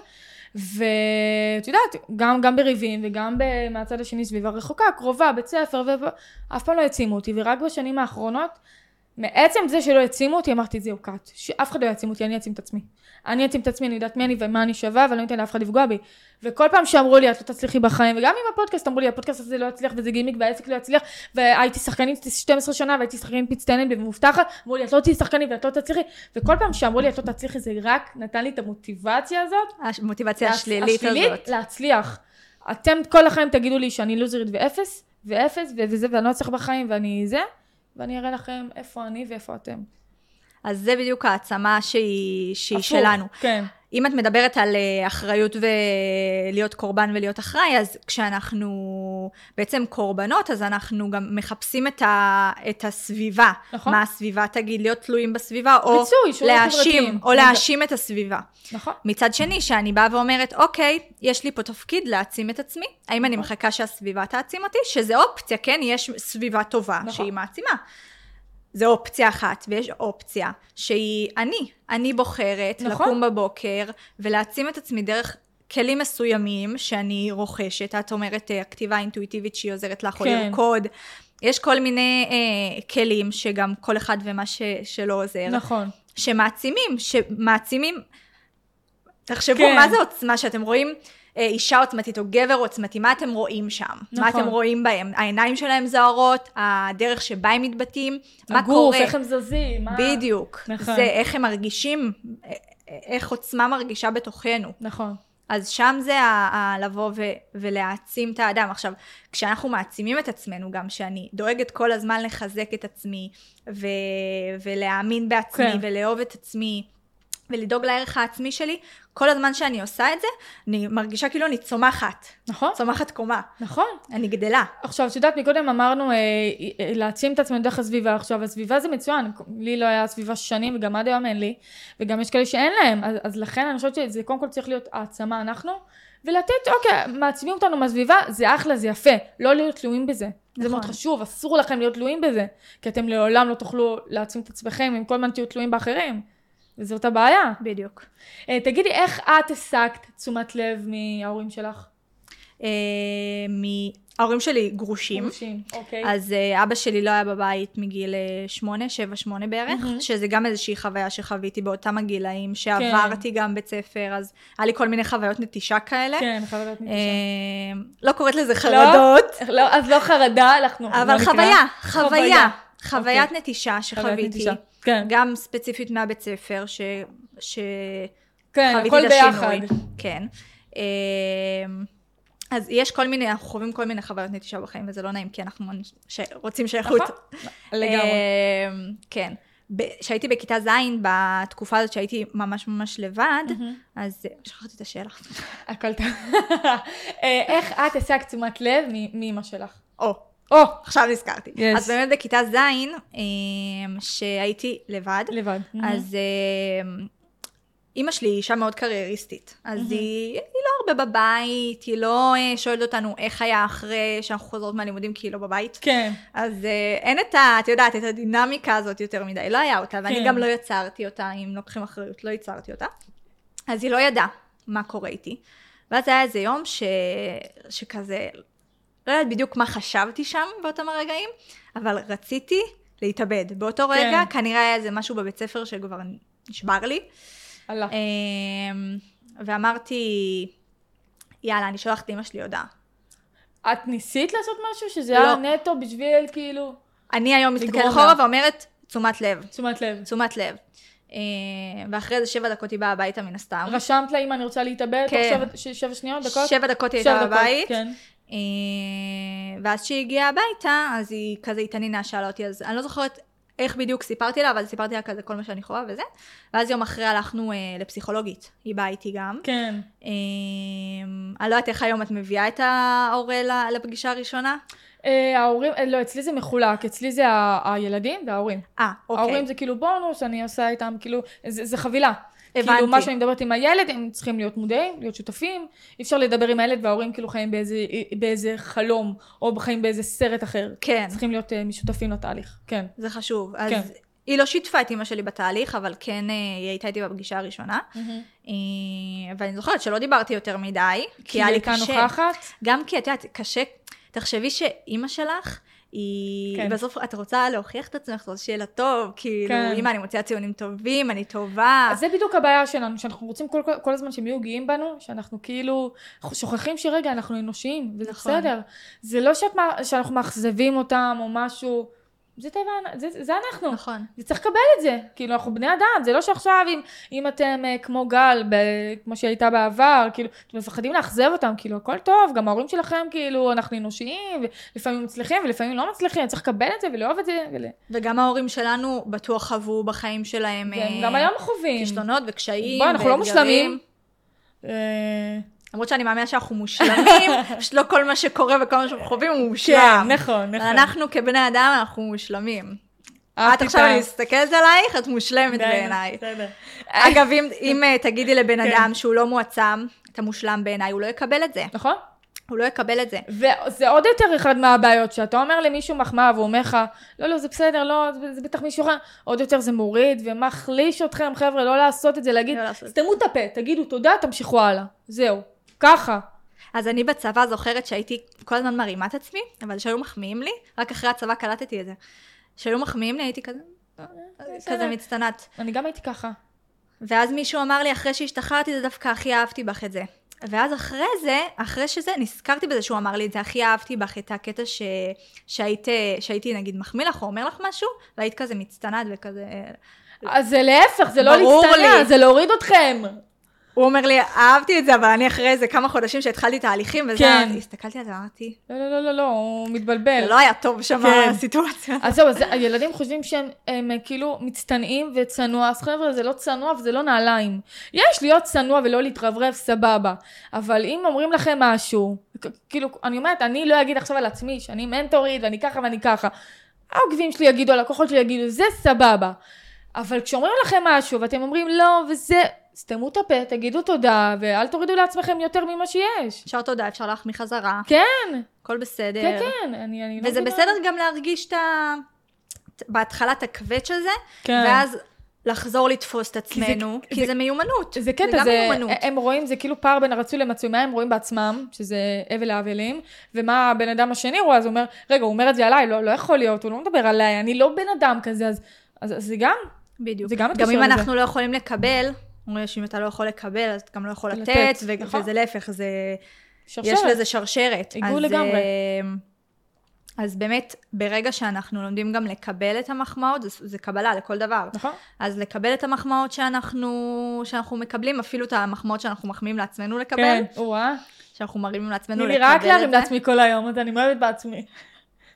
ואת יודעת, גם, גם בריבים וגם ב... מהצד השני סביבה רחוקה, קרובה, בית ספר, ו... אף פעם לא העצימו אותי. ורק בשנים האחרונות, מעצם זה שלא העצימו אותי, אמרתי, זהו, קאט. שאף אחד לא יעצים אותי, אני אעצים את עצמי. אני אעצים את עצמי, אני יודעת מי אני ומה אני שווה, ואני לא אתן לאף אחד לפגוע בי. וכל פעם שאמרו לי, את לא תצליחי בחיים, וגם עם הפודקאסט אמרו לי, הפודקאסט הזה לא יצליח, וזה גימיק, והעסק לא יצליח, והייתי שחקנית 12 שנה, והייתי שחקנית מצטיינת ומובטחת, אמרו לי, את לא תהיי שחקנית ואת לא תצליחי, וכל פעם שאמרו לי, את לא תצליחי, זה רק נתן לי את המוטיבציה הזאת, המוטיבציה השלילית הזאת. לא. להצליח. אתם כל החיים תגידו לי שאני לוזרית ואפס, ואפס, ו- וזה, ואני לא אצליח בחיים, ואני זה, ואני אראה לכם איפה אני ואיפה אתם. אז זה בדיוק העצמה שהיא, שהיא הפוך, שלנו. כן. אם את מדברת על אה, אחריות ולהיות קורבן ולהיות אחראי, אז כשאנחנו בעצם קורבנות, אז אנחנו גם מחפשים את, ה, את הסביבה. נכון. מה הסביבה תגיד, להיות תלויים בסביבה, או פיצוי, שיעורים להאשים, חברתיים. או להאשים את הסביבה. נכון? מצד שני, שאני באה ואומרת, אוקיי, יש לי פה תפקיד להעצים את עצמי. האם נכון. אני מחכה שהסביבה תעצים אותי? שזה אופציה, כן? יש סביבה טובה נכון. נכון. שהיא מעצימה. זו אופציה אחת, ויש אופציה שהיא אני. אני בוחרת נכון. נכון. לקום בבוקר ולהעצים את עצמי דרך... כלים מסוימים שאני רוכשת, את אומרת אה, הכתיבה האינטואיטיבית שהיא עוזרת לך, או כן. לרקוד. יש כל מיני אה, כלים שגם כל אחד ומה ש, שלא עוזר. נכון. שמעצימים, שמעצימים, תחשבו כן. מה זה עוצמה שאתם רואים אה, אישה עוצמתית או גבר עוצמתי, מה אתם רואים שם? מה נכון. אתם רואים בהם? העיניים שלהם זוהרות, הדרך שבה הם מתבטאים, מה הגוף, קורה? איך הם זזים, מה... בדיוק. נכון. זה איך הם מרגישים, א- א- איך עוצמה מרגישה בתוכנו. נכון. אז שם זה ה- ה- לבוא ו- ולהעצים את האדם. עכשיו, כשאנחנו מעצימים את עצמנו גם, שאני דואגת כל הזמן לחזק את עצמי, ו- ולהאמין בעצמי, כן. כן. ולאהוב את עצמי, ולדאוג לערך העצמי שלי, כל הזמן שאני עושה את זה, אני מרגישה כאילו אני צומחת. נכון? צומחת קומה. נכון. אני גדלה. עכשיו, את יודעת, מקודם אמרנו אה, אה, להעצים את עצמנו דרך הסביבה. עכשיו, הסביבה זה מצוין. לי לא היה סביבה שנים, וגם עד היום אין לי. וגם יש כאלה שאין להם. אז, אז לכן אני חושבת שזה קודם כל צריך להיות העצמה אנחנו, ולתת, אוקיי, מעצימים אותנו מהסביבה, זה אחלה, זה יפה. לא להיות תלויים בזה. זה נכון. מאוד חשוב, אסור לכם להיות תלויים בזה. כי אתם לעולם לא תוכלו להעצים את עצמכם אם כל הזמן תהיו תלויים באחרים. וזאת הבעיה. בדיוק. אה, תגידי, איך את הסקת תשומת לב מההורים שלך? אה, מ- ההורים שלי גרושים. גרושים, אוקיי. אז אה, אבא שלי לא היה בבית מגיל אה, שמונה, שבע, שמונה בערך, מהמם. כן. שזה גם איזושהי חוויה שחוויתי באותם הגילאים, שעברתי גם בית ספר, אז היה לי כל מיני חוויות נטישה כאלה. כן, חייבת להיות נטישה. אה, לא קוראת לזה חרדות, לא, אז לא חרדה, אנחנו... אבל נקרא- חוויה, חוויה, חוויה. אוקיי. חוויית נטישה שחוויתי. נטישה. כן, גם ספציפית מהבית ספר, ש... ש... כן, חוויתי הכל את השינוי. ביחד. כן. אמ, אז יש כל מיני, אנחנו חווים כל מיני חוויות נטישה בחיים, וזה לא נעים, כי אנחנו אנש- ש... רוצים שייכות. נכון, לגמרי. אמ, כן. ב- כשהייתי בכיתה ז', בתקופה הזאת שהייתי ממש ממש לבד, אז אה, שכחתי את השאלה. הכל טוב. אה, איך את הסקת תשומת לב מ- מאמא שלך? או, או, עכשיו נזכרתי. Yes. אז באמת בכיתה ז', אמ, שהייתי לבד, לבד. אז אה, אימא שלי היא אישה מאוד קרייריסטית, אז היא, היא לא הרבה בבית, היא לא אה, שואלת אותנו איך היה אחרי שאנחנו חוזרות מהלימודים כי היא לא בבית. כן, אז אה, אין את ה, את יודעת, את הדינמיקה הזאת יותר מדי, לא היה אותה, כן. ואני גם לא יצרתי אותה, אם לוקחים אחריות, לא יצרתי אותה. אז היא לא ידעה מה קורה איתי. ואז היה איזה יום ש... שכזה, לא יודעת בדיוק מה חשבתי שם באותם הרגעים, אבל רציתי להתאבד. באותו כן. רגע כנראה היה איזה משהו בבית ספר שכבר נשבר לי. עלה. אמ, ואמרתי, יאללה, אני שולחת לאמא שלי הודעה. את ניסית לעשות משהו שזה אה, לא. היה נטו בשביל כאילו אני היום מסתכלת לגרום אחורה לה. ואומרת, תשומת לב. תשומת לב? תשומת לב. אה, ואחרי איזה שבע דקות היא באה הביתה מן הסתם. רשמת לה אם אני רוצה להתאבד? כן. תוך שבע- ש- שבע שניות? דקות? שבע דקות היא שבע הייתה דקות, בבית. כן. אה, ואז כשהיא הגיעה הביתה, אז היא כזה התעניינה, שאלה אותי, אז אני לא זוכרת איך בדיוק סיפרתי לה, אבל סיפרתי לה כזה כל מה שאני חווה וזה. ואז יום אחרי הלכנו אה, לפסיכולוגית, היא באה איתי גם. כן. אה, אני לא יודעת איך היום את מביאה את ההורה ל- לפגישה הראשונה. אה, ההורים, אה, לא, אצלי זה מחולק, אצלי זה ה- הילדים וההורים. אה, אוקיי. אוקיי. ההורים זה כאילו בונוס, אני עושה איתם כאילו, זה, זה חבילה. הבנתי. הבנתי. כאילו, מה שאני מדברת עם הילד, הם צריכים להיות מודעים, להיות שותפים. אי אפשר לדבר עם הילד וההורים כאילו חיים באיזה, באיזה חלום, או חיים באיזה סרט אחר. כן, צריכים להיות uh, משותפים לתהליך, כן. זה חשוב. אז כן. היא לא שיתפה את אימא שלי בתהליך, אבל כן, אה, היא הייתה איתי בפגישה הראשונה. אה, ואני זוכרת שלא דיברתי יותר מדי, כי היה היא לי הייתה קשה. אה. נוכחת, גם כי את יודעת, קשה, תחשבי שאימא שלך, היא, כן. כן. בסוף את רוצה להוכיח את עצמך, את רוצה שיהיה לה טוב, כאילו, כן. כן. אימא, אני מוציאה ציונים טובים, אני טובה. אז זה בדיוק הבעיה שלנו, שאנחנו רוצים כל, כל, כל הזמן שהם יהיו גאים בנו, שאנחנו כאילו אנחנו שוכחים שרגע אנחנו אנושיים, וזה נכון. בסדר. זה לא שאת, מה- שאנחנו מאכזבים אותם או משהו, זה טבע, זה, זה אנחנו. נכון. זה צריך לקבל את זה, כאילו אנחנו בני אדם, זה לא שעכשיו אם, אם אתם אה, כמו גל, ב, כמו שהייתה בעבר, כאילו, אתם מפחדים לאכזב אותם, כאילו הכל טוב, גם ההורים שלכם, כאילו, אנחנו אנושיים, ולפעמים מצליחים ולפעמים לא מצליחים, צריך לקבל את זה ולאהוב את זה, ול... וגם ההורים שלנו בטוח חוו בחיים שלהם והם אה, כן, גם היום חווים. כישלונות וקשיים. בואי, אנחנו לא ואתגרים. מושלמים. אה, למרות שאני מאמינה שאנחנו מושלמים, פשוט לא כל מה שקורה וכל מה שאנחנו חווים הוא מושלם. כן, נכון, נכון. אנחנו כבני אדם, אנחנו מושלמים. אהבתי את עכשיו, ה- אה, אני מסתכלת עלייך, את מושלמת די, בעיניי. בסדר. אגב, אם, אם אה, תגידי לבן כן. אדם שהוא לא מועצם, אתה מושלם בעיניי, הוא לא יקבל את זה. נכון? הוא לא יקבל את זה. וזה עוד יותר אחד מהבעיות, שאתה אומר למישהו מחמאה והוא אומר לך, לא, לא, זה בסדר, לא, זה- זה בטח מישהו אחר, עוד יותר זה מוריד ומחליש אתכם, חבר'ה, לא לעשות את זה, להגיד, לא לעשות. סתמו את הפה, תגידו תודה, תמשיכו הלאה. זהו, ככה. אז אני בצבא זוכרת שהייתי כל הזמן מרימה את עצמי, אבל שהיו מחמיאים לי, רק אחרי הצבא קלטתי את זה. שהיו מחמיאים לי, הייתי כזה, אה, כזה מצטנעת. אני גם הייתי ככה. ואז מישהו אמר לי, אחרי שהשתחררתי, זה דווקא הכי אהבתי בך את זה. ואז אחרי זה, אחרי שזה, נזכרתי בזה שהוא אמר לי את זה, הכי אהבתי בך את הקטע ש... שהיית, שהייתי נגיד מחמיא לך או אומר לך משהו, והיית כזה מצטנעת וכזה... אז זה להפך, זה לא לא. ברור להצטנע, לי. זה להוריד אתכם. הוא אומר לי, אהבתי את זה, אבל אני אחרי איזה כמה חודשים שהתחלתי תהליכים, וזה, כן. הסתכלתי על זה, אמרתי, לא, לא, לא, לא, לא, הוא מתבלבל. זה לא היה טוב שם כן. הסיטואציה. אז זהו, אז הילדים חושבים שהם הם, אה, כאילו מצטנעים וצנוע, אז חבר'ה, זה לא צנוע וזה לא נעליים. יש להיות צנוע ולא להתרברב, סבבה. אבל אם אומרים לכם משהו, כ- כאילו, אני אומרת, אני לא אגיד עכשיו על עצמי שאני מנטורית ואני ככה ואני ככה. העוקבים שלי יגידו, הלקוחות שלי יגידו, זה סבבה. אבל כשאומרים לכם משהו ואתם אומרים לא, וזה, סתמו את הפה, תגידו תודה, ואל תורידו לעצמכם יותר ממה שיש. אפשר תודה, אפשר להחמיא חזרה, כן, הכל בסדר. כן, כן, אני, אני לא וזה מבינה. בסדר גם להרגיש את ה... בהתחלה את הקווץ' הזה, כן. ואז לחזור לתפוס את עצמנו, זה- כי זה- זה מיומנות. זה זה קטע, גם זה, מיומנות. הם רואים, זה כאילו פער בין הרצוי למצוי, מה הם רואים בעצמם, שזה הבל האבלים, ומה הבן אדם השני רואה, אז הוא אומר, רגע, הוא אומר את זה עליי, לא, לא יכול להיות, הוא לא מדבר עליי, אני לא בן אדם כזה, אז, אז, אז זה גם, בדיוק. זה גם גם מתקשר אם לזה. אנחנו לא יכולים לקבל, אומרים שאם אתה לא יכול לקבל, אז אתה גם לא יכול לתת, לתת, ו- נכון. וזה להפך, זה... שרשרת. יש לזה שרשרת. עיגול אז, לגמרי. אמ, אז באמת, ברגע שאנחנו לומדים גם לקבל את המחמאות, זה, זה קבלה לכל דבר. נכון? אז לקבל את המחמאות שאנחנו, שאנחנו מקבלים, אפילו את המחמאות שאנחנו מחמיאים לעצמנו לקבל, כן, וואה. שאנחנו מרימים לעצמנו תני לקבל לי את זה. רק להרים לעצמי כל היום, אז אני מאוהבת בעצמי.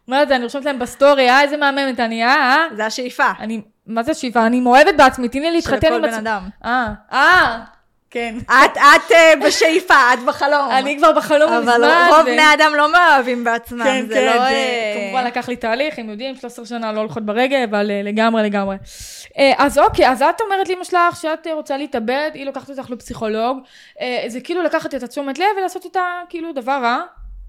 מה זה, אני רושמת להם בסטורי, אה, איזה מהממת אני, אה, אה. זה השאיפה אני, מה זה שאיפה? אני מאוהבת בעצמי, תני לי של להתחתן כל עם בן עצמי. אדם. אה, אה, כן. את, את אה, בשאיפה, את בחלום. אני כבר בחלום מזמן. אבל רוב ו- בני האדם לא מאוהבים בעצמם. כן, זה כן, לא, זה אה, כמובן לקח לי תהליך, הם יודעים, 13 שנה לא הולכות ברגל, אבל אה, לגמרי, לגמרי. אה, אז אוקיי, אז את אומרת לאמא שלך שאת אה, רוצה להתאבד, היא לוקחת אותך לפסיכולוג. אה, זה כאילו לקחת את התשומת לב ולעשות אותה כאילו דבר רע.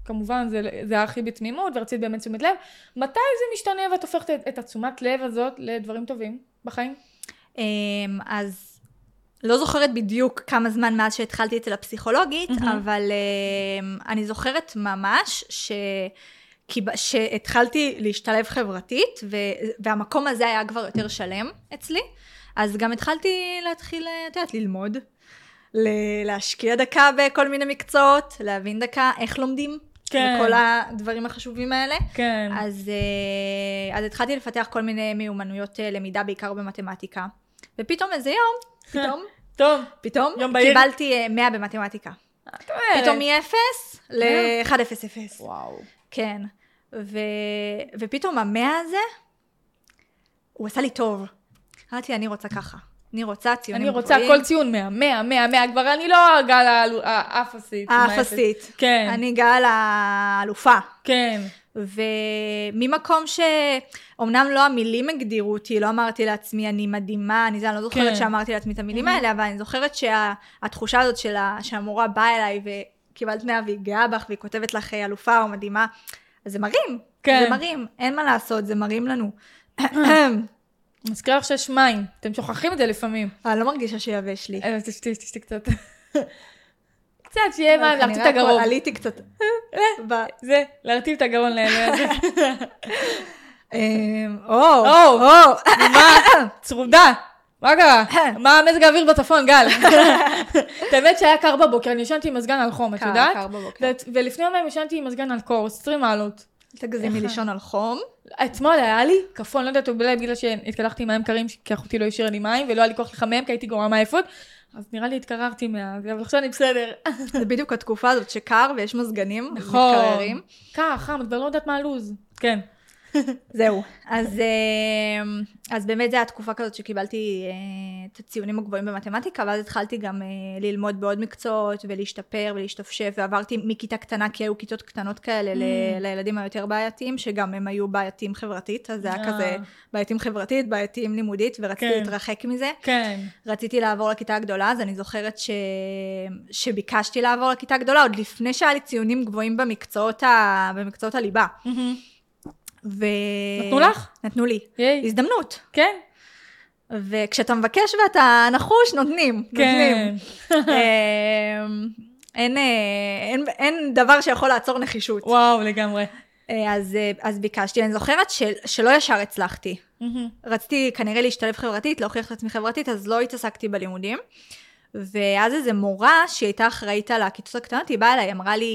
כמובן, זה, זה היה הכי בתמימות, ורצית באמת תשומת לב. מתי זה משתנה ואת הופכת את, את התשומת לב הזאת לדברים טובים בחיים? אמ, אז לא זוכרת בדיוק כמה זמן מאז שהתחלתי אצל הפסיכולוגית, מהמם. אבל אמ, אני זוכרת ממש ש... כי ב- שהתחלתי להשתלב חברתית, ו... והמקום הזה היה כבר יותר שלם אצלי, אז גם התחלתי להתחיל, אה, את יודעת, ללמוד, ל- להשקיע דקה בכל מיני מקצות, להבין דקה איך לומדים, כן. וכל הדברים החשובים האלה. כן. אז, אה, אז התחלתי לפתח כל מיני מיומנויות אה, למידה, בעיקר במתמטיקה. ופתאום איזה יום, פתאום, טוב. פתאום, יום בהיר. אה. קיבלתי אה, 100 במתמטיקה. את אומרת. פתאום מ-0 אה. ל-100. וואו. כן. ו... ופתאום המאה הזה, הוא עשה לי טוב. אמרתי, אני רוצה ככה. אני רוצה ציונים אני רוצה גבוהים. כל ציון 100, 100, 100, 100, כבר אני לא הגל האל- האפסית. האפסית. כן. אה, אני גל האלופה. כן. וממקום שאומנם לא המילים הגדירו אותי, לא אמרתי לעצמי אני מדהימה, אני זה, אני לא זוכרת כן. כן. שאמרתי לעצמי את המילים Mhm. האלה, אבל אני זוכרת שהתחושה הזאת של ה... שהמורה באה אליי וקיבלת מאה והיא גאה בך והיא כותבת לך "אה, אלופה או מדהימה, אז זה מרים, כן. זה מרים, אין מה לעשות, זה מרים לנו. מזכיר לך שיש מים, אתם שוכחים את זה לפעמים. אני לא מרגישה שיבש לי. אה, תשתי, תשתי קצת. קצת שיהיה לא, מים, להרטיב את כנראה הכל- הגרון. עליתי קצת. ב- זה, להרטיב את הגרון לאלה. זה. אמ, או, או. או, צרודה. מה קרה? מה מזג האוויר בצפון, גל? את האמת שהיה קר בבוקר, אני ישנתי עם מזגן על חום, את קר, יודעת? קר בבוקר. ו- ולפני יומיים ישנתי עם מזגן על קור, 20 מעלות. תגזימי לישון על חום. אתמול היה לי כפון, לא יודעת, אולי בגלל שהתקלחתי עם מים קרים, כי אחותי לא השאירה לי מים, ולא היה לי כוח לחמם, כי הייתי גורמה מעייפות, אז נראה לי התקררתי מה... אבל עכשיו אני בסדר. זה בדיוק התקופה הזאת שקר ויש מזגנים, נכון. נכון. מתקררים. קר, חם, את כבר לא יודעת מה הלו"ז. כן. זהו. אז, אמ, אז באמת זו הייתה תקופה כזאת שקיבלתי אה, את הציונים הגבוהים במתמטיקה, ואז התחלתי גם אה, ללמוד בעוד מקצועות ולהשתפר ולהשתפשף, ועברתי מכיתה קטנה, כי היו כיתות קטנות כאלה Mm. ל- לילדים היותר בעייתיים, שגם הם היו בעייתיים חברתית, אז זה אה. היה כזה בעייתיים חברתית, בעייתיים לימודית, ורציתי כן. להתרחק מזה. כן. רציתי לעבור לכיתה הגדולה, אז אני זוכרת ש... שביקשתי לעבור לכיתה הגדולה, עוד לפני שהיה לי ציונים גבוהים במקצועות, ה... במקצועות הליבה. ו... נתנו לך? אוקיי. נתנו לי. ייי. הזדמנות. כן. וכשאתה מבקש ואתה נחוש, נותנים. כן. נותנים. אמ, אין, אה, אין, אין דבר שיכול לעצור נחישות. וואו, לגמרי. אה, אז, אה, אז ביקשתי, אני זוכרת של, שלא ישר הצלחתי. רציתי כנראה להשתלב חברתית, להוכיח את עצמי חברתית, אז לא התעסקתי בלימודים. ואז איזה מורה שהייתה אחראית על הכיתות הקטנות, היא באה אליי, אמרה לי,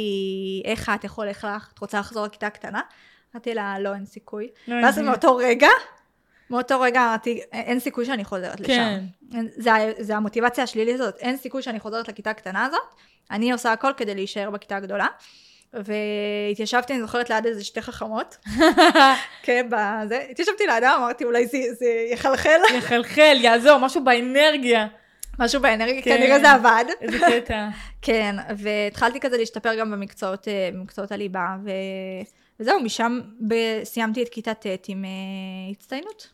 איך את, איך הולך לך, את רוצה לחזור לכיתה הקטנה? אמרתי לה, לא, אין סיכוי. לא, ואז אני- מאותו רגע, מאותו רגע אמרתי, אין סיכוי שאני חוזרת לשם. כן. אין- זה, ה- זה המוטיבציה השלילית הזאת, אין סיכוי שאני חוזרת לכיתה הקטנה הזאת, אני עושה הכל כדי להישאר בכיתה הגדולה. והתיישבתי, אני זוכרת ליד איזה שתי חכמות, כן, בזה, התיישבתי לידם, אמרתי אולי זה, זה יחלחל, יחלחל, יעזור, משהו באנרגיה. משהו באנרגיה, כן. כנראה זה עבד. איזה קטע. כן, והתחלתי כזה להשתפר גם במקצועות, אה, במקצועות הליבה, ו... וזהו, משם ב... סיימתי את כיתה ט' עם אה, הצטיינות.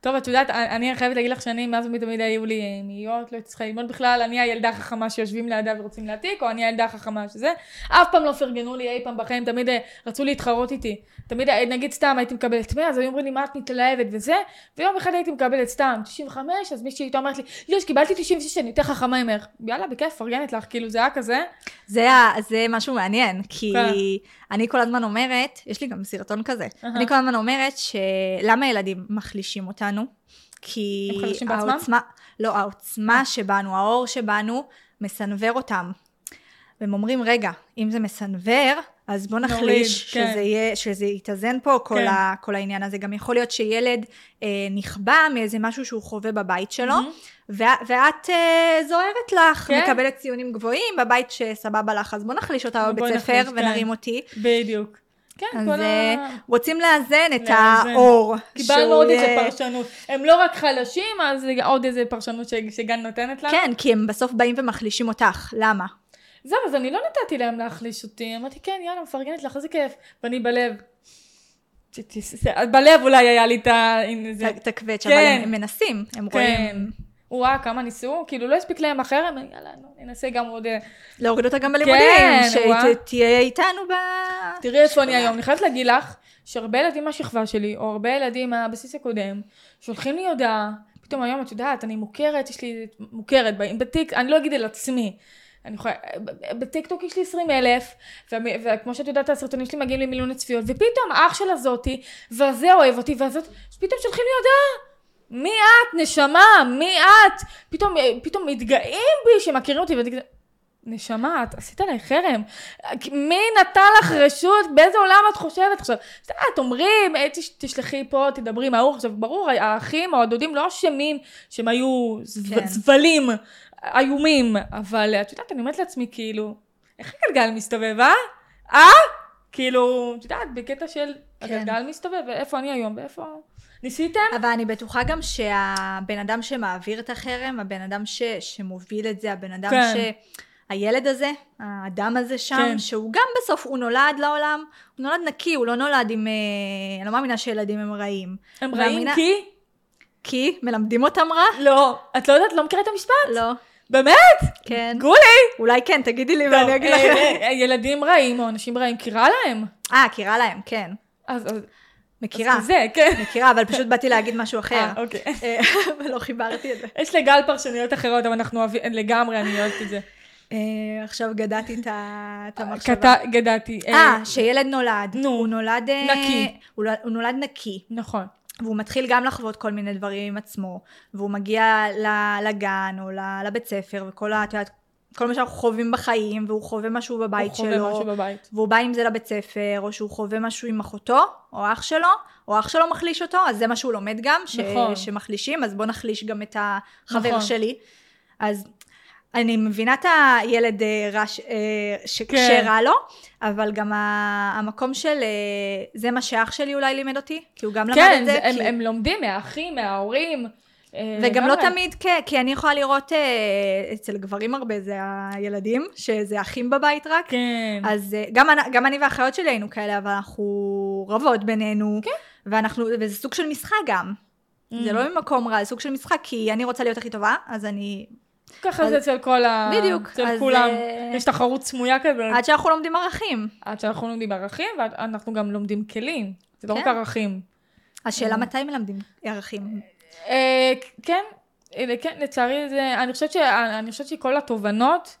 טוב, את יודעת, אני חייבת להגיד לך שאני, מאז ומתמיד היו לי אה, מאיות, לא הייתי צריכה ללמוד בכלל, אני הילדה החכמה שיושבים לידה ורוצים להעתיק, או אני הילדה החכמה שזה. אף פעם לא פרגנו לי אי פעם בחיים, תמיד אה, רצו להתחרות איתי. תמיד, אה, נגיד סתם, הייתי מקבלת 100, אז היו אומרים לי, מה את מתלהבת וזה, ויום אחד הייתי מקבלת סתם 95, אז מישהי הייתה אומרת לי, יש, קיבלתי 96, אני יותר חכמה ממך. יאללה, בכיף, פרגנת לך, כאילו, זה היה כזה. זה, ה- זה משהו מעניין, כי כן. אני כל הזמן אומרת, יש לי גם סרטון כזה, אהה. אני כל הזמן אומרת שלמה ילדים מחלישים אותנו? כי הם חלשים בעצמם? העוצמה, לא, העוצמה שבנו, האור שבנו, מסנוור אותם. והם אומרים, רגע, אם זה מסנוור, אז בוא נחליש, נוריד, כן. שזה, יהיה, שזה יתאזן פה, כל, כן. ה, כל העניין הזה. גם יכול להיות שילד אה, נכבה מאיזה משהו שהוא חווה בבית שלו, מהמם. ו- ואת אה, זוהרת לך, כן. כן. מקבלת ציונים גבוהים בבית שסבבה לך, אז בוא נחליש אותה בוא בבית נחליש, ספר כן. ונרים אותי. בדיוק. כן, אז כל אה, ה... רוצים לאזן את לאזן. האור. קיבלנו שהוא אה, עוד איזה יהיה- פרשנות. הם לא רק חלשים, אז זה עוד איזה פרשנות ש- שגן נותנת לנו. כן, כי הם בסוף באים ומחלישים אותך, למה? זהו, אז אני לא נתתי להם להחליש אותי. אמרתי, כן, יאללה, מפרגנת לך, איזה כיף. ואני בלב. ת- ת- ת- בלב אולי היה לי את ה... הנה, זה- ת- תקווץ', כן. אבל הם הם מנסים, הם כן. רואים. וואה, כמה ניסו, כאילו לא הספיק להם החרם, יאללה, נו, ננסה גם עוד... אה, להוריד אותה גם בלימודים, כן, וואו. שתהיה איתנו ב... תראי איפה אני היום. אני חייבת להגיד לך שהרבה ילדים מהשכבה שלי, או הרבה ילדים מהבסיס הקודם, שולחים לי הודעה, פתאום היום את יודעת, אני מוכרת, יש לי מוכרת, ב- בתיק, אני לא אגיד על עצמי. אני יכולה, בטיקטוק יש לי 20 אלף, וכמו שאת יודעת, הסרטונים שלי מגיעים למיליון הצפיות, ופתאום אח של הזאתי, והזה אוהב אותי, והזאת, אז פתאום שולחים לי הודעה, מי את, נשמה, מי את? פתאום, אה, פתאום מתגאים בי שמכירים אותי, ואני כזה, נשמה, את עשית עליי חרם. מי נתן לך רשות? באיזה עולם את חושבת עכשיו? את יודעת, אומרים, "אה, תש- תשלחי פה, תדברי עם ההוא. עכשיו, ברור, האחים או הדודים לא אשמים שהם היו זב- כן. זבלים איומים, אבל אה, את יודעת, אני אומרת לעצמי, כאילו, איך הגלגל מסתובב, אה? אה? כאילו, את יודעת, בקטע של כן. הגלגל מסתובב, ואיפה אני היום, ואיפה... ניסיתם? אבל אני בטוחה גם שהבן אדם שמעביר את החרם, הבן אדם ש, שמוביל את זה, הבן אדם כן. כן. ש... הילד הזה, האדם הזה שם, כן. כן. שהוא גם בסוף, הוא נולד לעולם, הוא נולד נקי, הוא לא נולד עם... אה, אני לא מאמינה שילדים הם רעים. הם רעים מאמינה- כי? כי מלמדים אותם רע? לא. את לא יודעת, לא מכירה את המשפט? לא. באמת? כן. גולי! אולי כן, תגידי לי טוב, ואני אגיד אה, לכם. אה, ילדים רעים או אנשים רעים, כי רע להם. אה, כי רע להם, כן. אז אז- אז מכירה. זה, כן. מכירה, אבל פשוט באתי להגיד משהו אחר. אה, אוקיי. אה, ולא חיברתי את זה. יש לגל פרשנויות אחרות, אבל אנחנו אוהבים, לגמרי, אני אוהבת את זה. אה, עכשיו גדעתי את ה- את המחשבה. קטע- גדעתי. אה, לא. אה, שילד נולד. נו. הוא נולד... אה, נקי. הוא נולד- הוא נולד נקי. נכון. והוא מתחיל גם לחוות כל מיני דברים עם עצמו, והוא מגיע ל- לגן או ל- לבית ספר, וכל ה... את יודעת, כל מה שאנחנו חווים בחיים, והוא חווה משהו בבית הוא חווה משהו שלו, בבית. והוא בא עם זה לבית ספר, או שהוא חווה משהו עם אחותו, או אח שלו, או אח שלו מחליש אותו, אז זה מה שהוא לומד גם, ש... נכון. שמחלישים, אז בוא נחליש גם את החבר נכון. נכון. שלי. אז אני מבינה את הילד אה, רע, ש... אה, ש... כן. כן. שרע לו, אבל גם ה... המקום של אה, זה מה שאח שלי אולי לימד אותי, כי הוא גם למד כן, את זה. זה- הם- כי... הם לומדים מהאחים, מההורים. אה, וגם לא לגמרי. תמיד, כן, כי אני יכולה לראות אה, אצל גברים הרבה, זה הילדים, שזה אחים בבית רק. כן. אז אה, גם, אנ- גם אני והאחיות שלי היינו כאלה, אבל אנחנו רבות בינינו. כן. ואנחנו, וזה סוג של משחק גם. זה לא ממקום רע, זה סוג של משחק, כי אני רוצה להיות הכי טובה, אז אני... ככה אז- זה אצל כל ה... בדיוק, אצל אז, כולם. אה, יש תחרות סמויה כזה. עד שאנחנו לומדים ערכים. עד שאנחנו לומדים ערכים, ואנחנו גם לומדים כלים. זה לא רק כן. ערכים. השאלה מתי מלמדים ערכים. אה, כן, אה, כן, לצערי זה, אני חושבת, ש, אני חושבת שכל התובנות,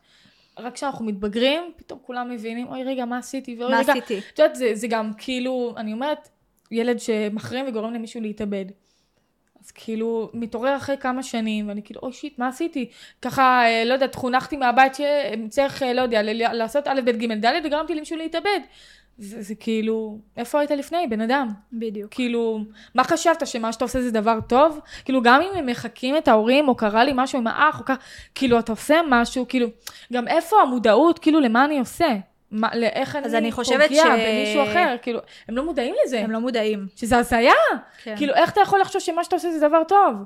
רק כשאנחנו מתבגרים, פתאום כולם מבינים, אוי רגע, מה עשיתי? ואוי מה רגע, עשיתי? את יודעת, זה, זה גם כאילו, אני אומרת, ילד שמחרים וגורם למישהו להתאבד. אז כאילו, מתעורר אחרי כמה שנים, ואני כאילו, אוי שיט, מה עשיתי? ככה, אה, לא יודעת, חונכתי מהבית שצריך, אה, לא יודע, ל- ל- לעשות א', ב', ג', ד', וגרמתי למישהו להתאבד. זה, זה כאילו, איפה היית לפני, בן אדם? בדיוק. כאילו, מה חשבת, שמה שאתה עושה זה דבר טוב? כאילו, גם אם הם מחקים את ההורים, או קרה לי משהו עם האח, או ככה, כאילו, אתה עושה משהו, כאילו, גם איפה המודעות, כאילו, למה אני עושה? מה, לאיך אז אני אני חושבת פוגע ש- במישהו אחר? כאילו, הם לא מודעים לזה. הם לא מודעים. שזה הזיה. כן. כאילו, איך אתה יכול לחשוב שמה שאתה עושה זה דבר טוב?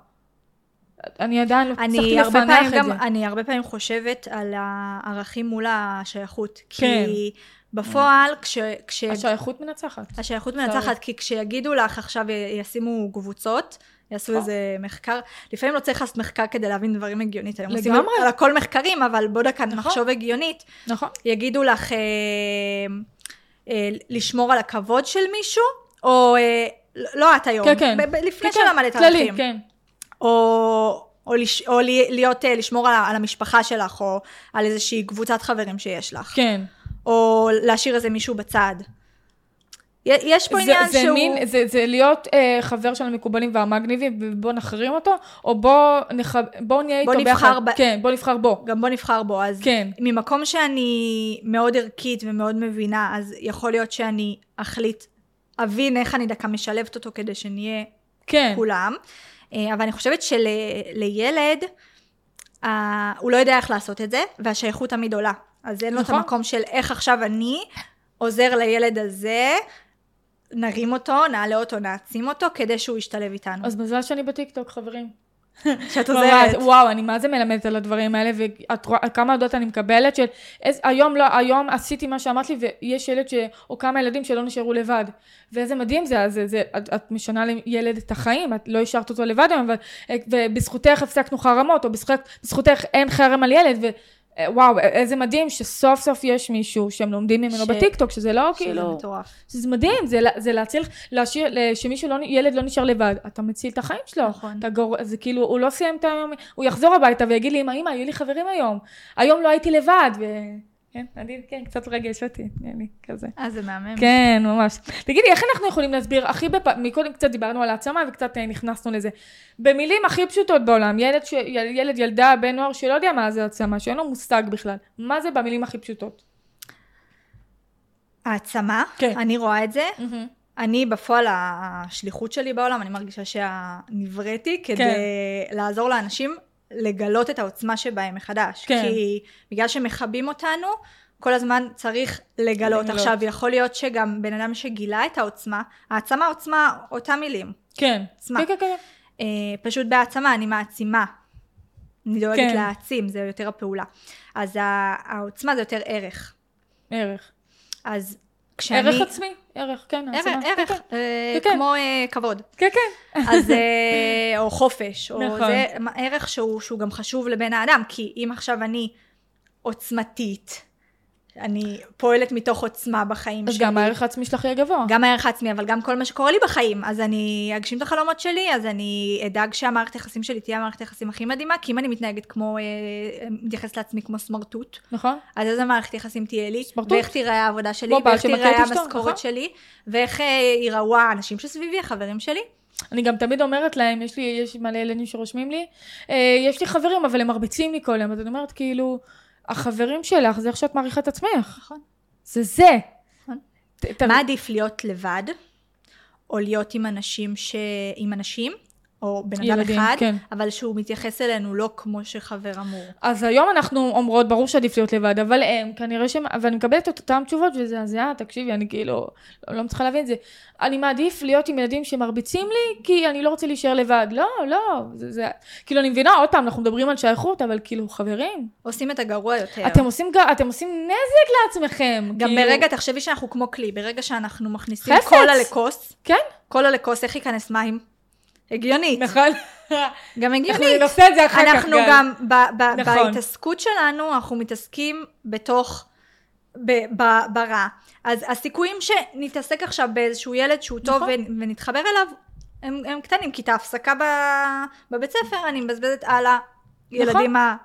אני עדיין לא הצלחתי אני הרבה לפענח פעמים את גם, זה. אני הרבה פעמים חושבת על הערכים מול השייכות. כן. כי בפועל, כש... כש... השייכות מנצחת. השייכות אפשר- מנצחת, כי כשיגידו לך עכשיו י- ישימו קבוצות, יעשו נכון. איזה מחקר, לפעמים לא צריך לעשות מחקר כדי להבין דברים הגיונית. היום עושים לגמרי. על הכל מחקרים, אבל בוא דקה נחשוב הגיונית. נכון. יגידו לך אה, אה, לשמור על הכבוד של מישהו, או אה, לא- לא את היום, כן, כן. ב- ב- לפני כן, כן, שלמדת כללי, ערכים. כן. או, או, לש, או לי- להיות, אה, לשמור על, ה- על המשפחה שלך, או על איזושהי קבוצת חברים שיש לך. כן. או להשאיר איזה מישהו בצד. י- יש פה זה, עניין זה שהוא... מין, זה, זה להיות אה, חבר של המקובלים והמגניבים, ובוא נחרים אותו, או בוא, נח... בוא נהיה איתו בוא נבחר ביחד. ב- כן, בוא נבחר בו. גם בוא נבחר בו, אז כן. ממקום שאני מאוד ערכית ומאוד מבינה, אז יכול להיות שאני אחליט, אבין איך אני דקה משלבת אותו כדי שנהיה כן. כולם. אה, אבל אני חושבת שלילד, הוא לא יודע איך לעשות את זה, והשייכות תמיד עולה. אז אין לו את נכון. המקום של איך עכשיו אני עוזר לילד הזה, נרים אותו, נעלה אותו, נעצים אותו, כדי שהוא ישתלב איתנו. אז מזל שאני בטיקטוק, חברים. שאת ממש, עוזרת. וואו, אני מה זה מלמדת על הדברים האלה, וכמה הודעות אני מקבלת של איז, היום לא, היום עשיתי מה שאמרת לי, ויש ילד ש... או כמה ילדים שלא נשארו לבד. ואיזה מדהים זה, אז זה, זה את, את משנה לילד את החיים, את לא השארת אותו לבד היום, ו- ובזכותך הפסקנו חרמות, או בזכות, בזכותך אין חרם על ילד, ו... אה, וואו, איזה מדהים שסוף סוף יש מישהו שהם לומדים ממנו ש- בטיקטוק, שזה לא שזה כאילו... מטורף. זה מדהים, זה, לה- זה להציל, להשאיר, ל- שמישהו לא, נ- ילד לא נשאר לבד, אתה מציל את החיים שלו. נכון. לא. אתה גור... זה כאילו, הוא לא סיים את היום, הוא יחזור הביתה ויגיד לי, אמא, אמא, היו לי חברים היום, היום לא הייתי לבד, ו... כן, אני, כן, קצת רגש אותי, אני כזה. אה, זה מהמם. כן, ממש. תגידי, איך אנחנו יכולים להסביר, הכי בפ... מקודם קצת דיברנו על העצמה וקצת אה, נכנסנו לזה. במילים הכי פשוטות בעולם, ילד, ש... יל- ילד, ילדה, בן נוער שלא יודע מה זה העצמה, שאין לו מושג בכלל, מה זה במילים הכי פשוטות? העצמה, כן. אני רואה את זה. אני בפועל השליחות שלי בעולם, אני מרגישה שנבראתי כדי כן. לעזור לאנשים לגלות את העוצמה שבהם מחדש. כן. כי בגלל שמכבים אותנו, כל הזמן צריך לגלות. לגלות. עכשיו, יכול להיות שגם בן אדם שגילה את העוצמה, העצמה עוצמה, אותם מילים. כן. עצמה. כן, כן, כן. אה, פשוט בהעצמה, אני מעצימה. אני דואגת כן. להעצים, זה יותר הפעולה. אז ה- העוצמה זה יותר ערך. ערך. אז כשאני... ערך עצמי, ערך, כן, ערך, העצמה. ערך, כן, אה, כן, כן. כמו אה, כבוד. כן, כן. אז, אה, או חופש, או נכון. זה מה- ערך שהוא, שהוא גם חשוב לבן האדם, כי אם עכשיו אני עוצמתית, אני פועלת מתוך עוצמה בחיים אז שלי. גם הערך העצמי שלך יהיה גבוה. גם הערך העצמי, אבל גם כל מה שקורה לי בחיים. אז אני אגשים את החלומות שלי, אז אני אדאג שהמערכת היחסים שלי תהיה המערכת היחסים הכי מדהימה, כי אם אני מתנהגת כמו, אה, מתייחסת לעצמי כמו סמרטוט, נכון? אז איזה מערכת יחסים תהיה לי, סמרטוט. ואיך תיראה העבודה שלי, כמו בעל ואיך שמכה תיראה את אשתו, נכון? המשכורת שלי, ואיך אה, ייראו האנשים שסביבי, החברים שלי. אני גם תמיד אומרת להם, יש לי, יש מלא ילדים שרושמים לי, אה, יש לי חברים, אבל הם מרביצים לי כל היום, אז אני אומרת, כאילו, החברים שלך, זה איך שאת מעריכה את עצמך. נכון. זה זה. נכון. ת- ת- מה עדיף להיות לבד, או להיות עם אנשים, ש... עם אנשים, או בן אדם ילדים, אחד, כן. אבל שהוא מתייחס אלינו לא כמו שחבר אמור. אז היום אנחנו אומרות, ברור שעדיף להיות לבד, אבל הם, כנראה שהם, ואני מקבלת את אותן תשובות, וזה הזיה, תקשיבי, אני כאילו, לא, לא מצליחה להבין את זה. אני מעדיף להיות עם ילדים שמרביצים לי, כי אני לא רוצה להישאר לבד. לא, לא, זה, זה, כאילו, אני מבינה, עוד פעם, אנחנו מדברים על שייכות, אבל כאילו, חברים, עושים את הגרוע יותר. אתם עושים, ג- אתם עושים נזק לעצמכם. גם כאילו, ברגע, תחשבי שאנחנו כמו כלי, ברגע שאנחנו מכניסים חפץ. קולה לכוס, כן. קולה לכוס, איך ייכנס מים? הגיונית. נכון. גם אנחנו הגיונית. ננסה את זה אחר כך. אנחנו גם, ב- ב- נכון. בהתעסקות שלנו, אנחנו מתעסקים בתוך, ב- ב- ברע. אז הסיכויים שנתעסק עכשיו באיזשהו ילד שהוא טוב נכון. ו- ונתחבר אליו, הם, הם נכון. קטנים, כי את ההפסקה ב- בבית ספר אני מבזבזת על הילדים ה...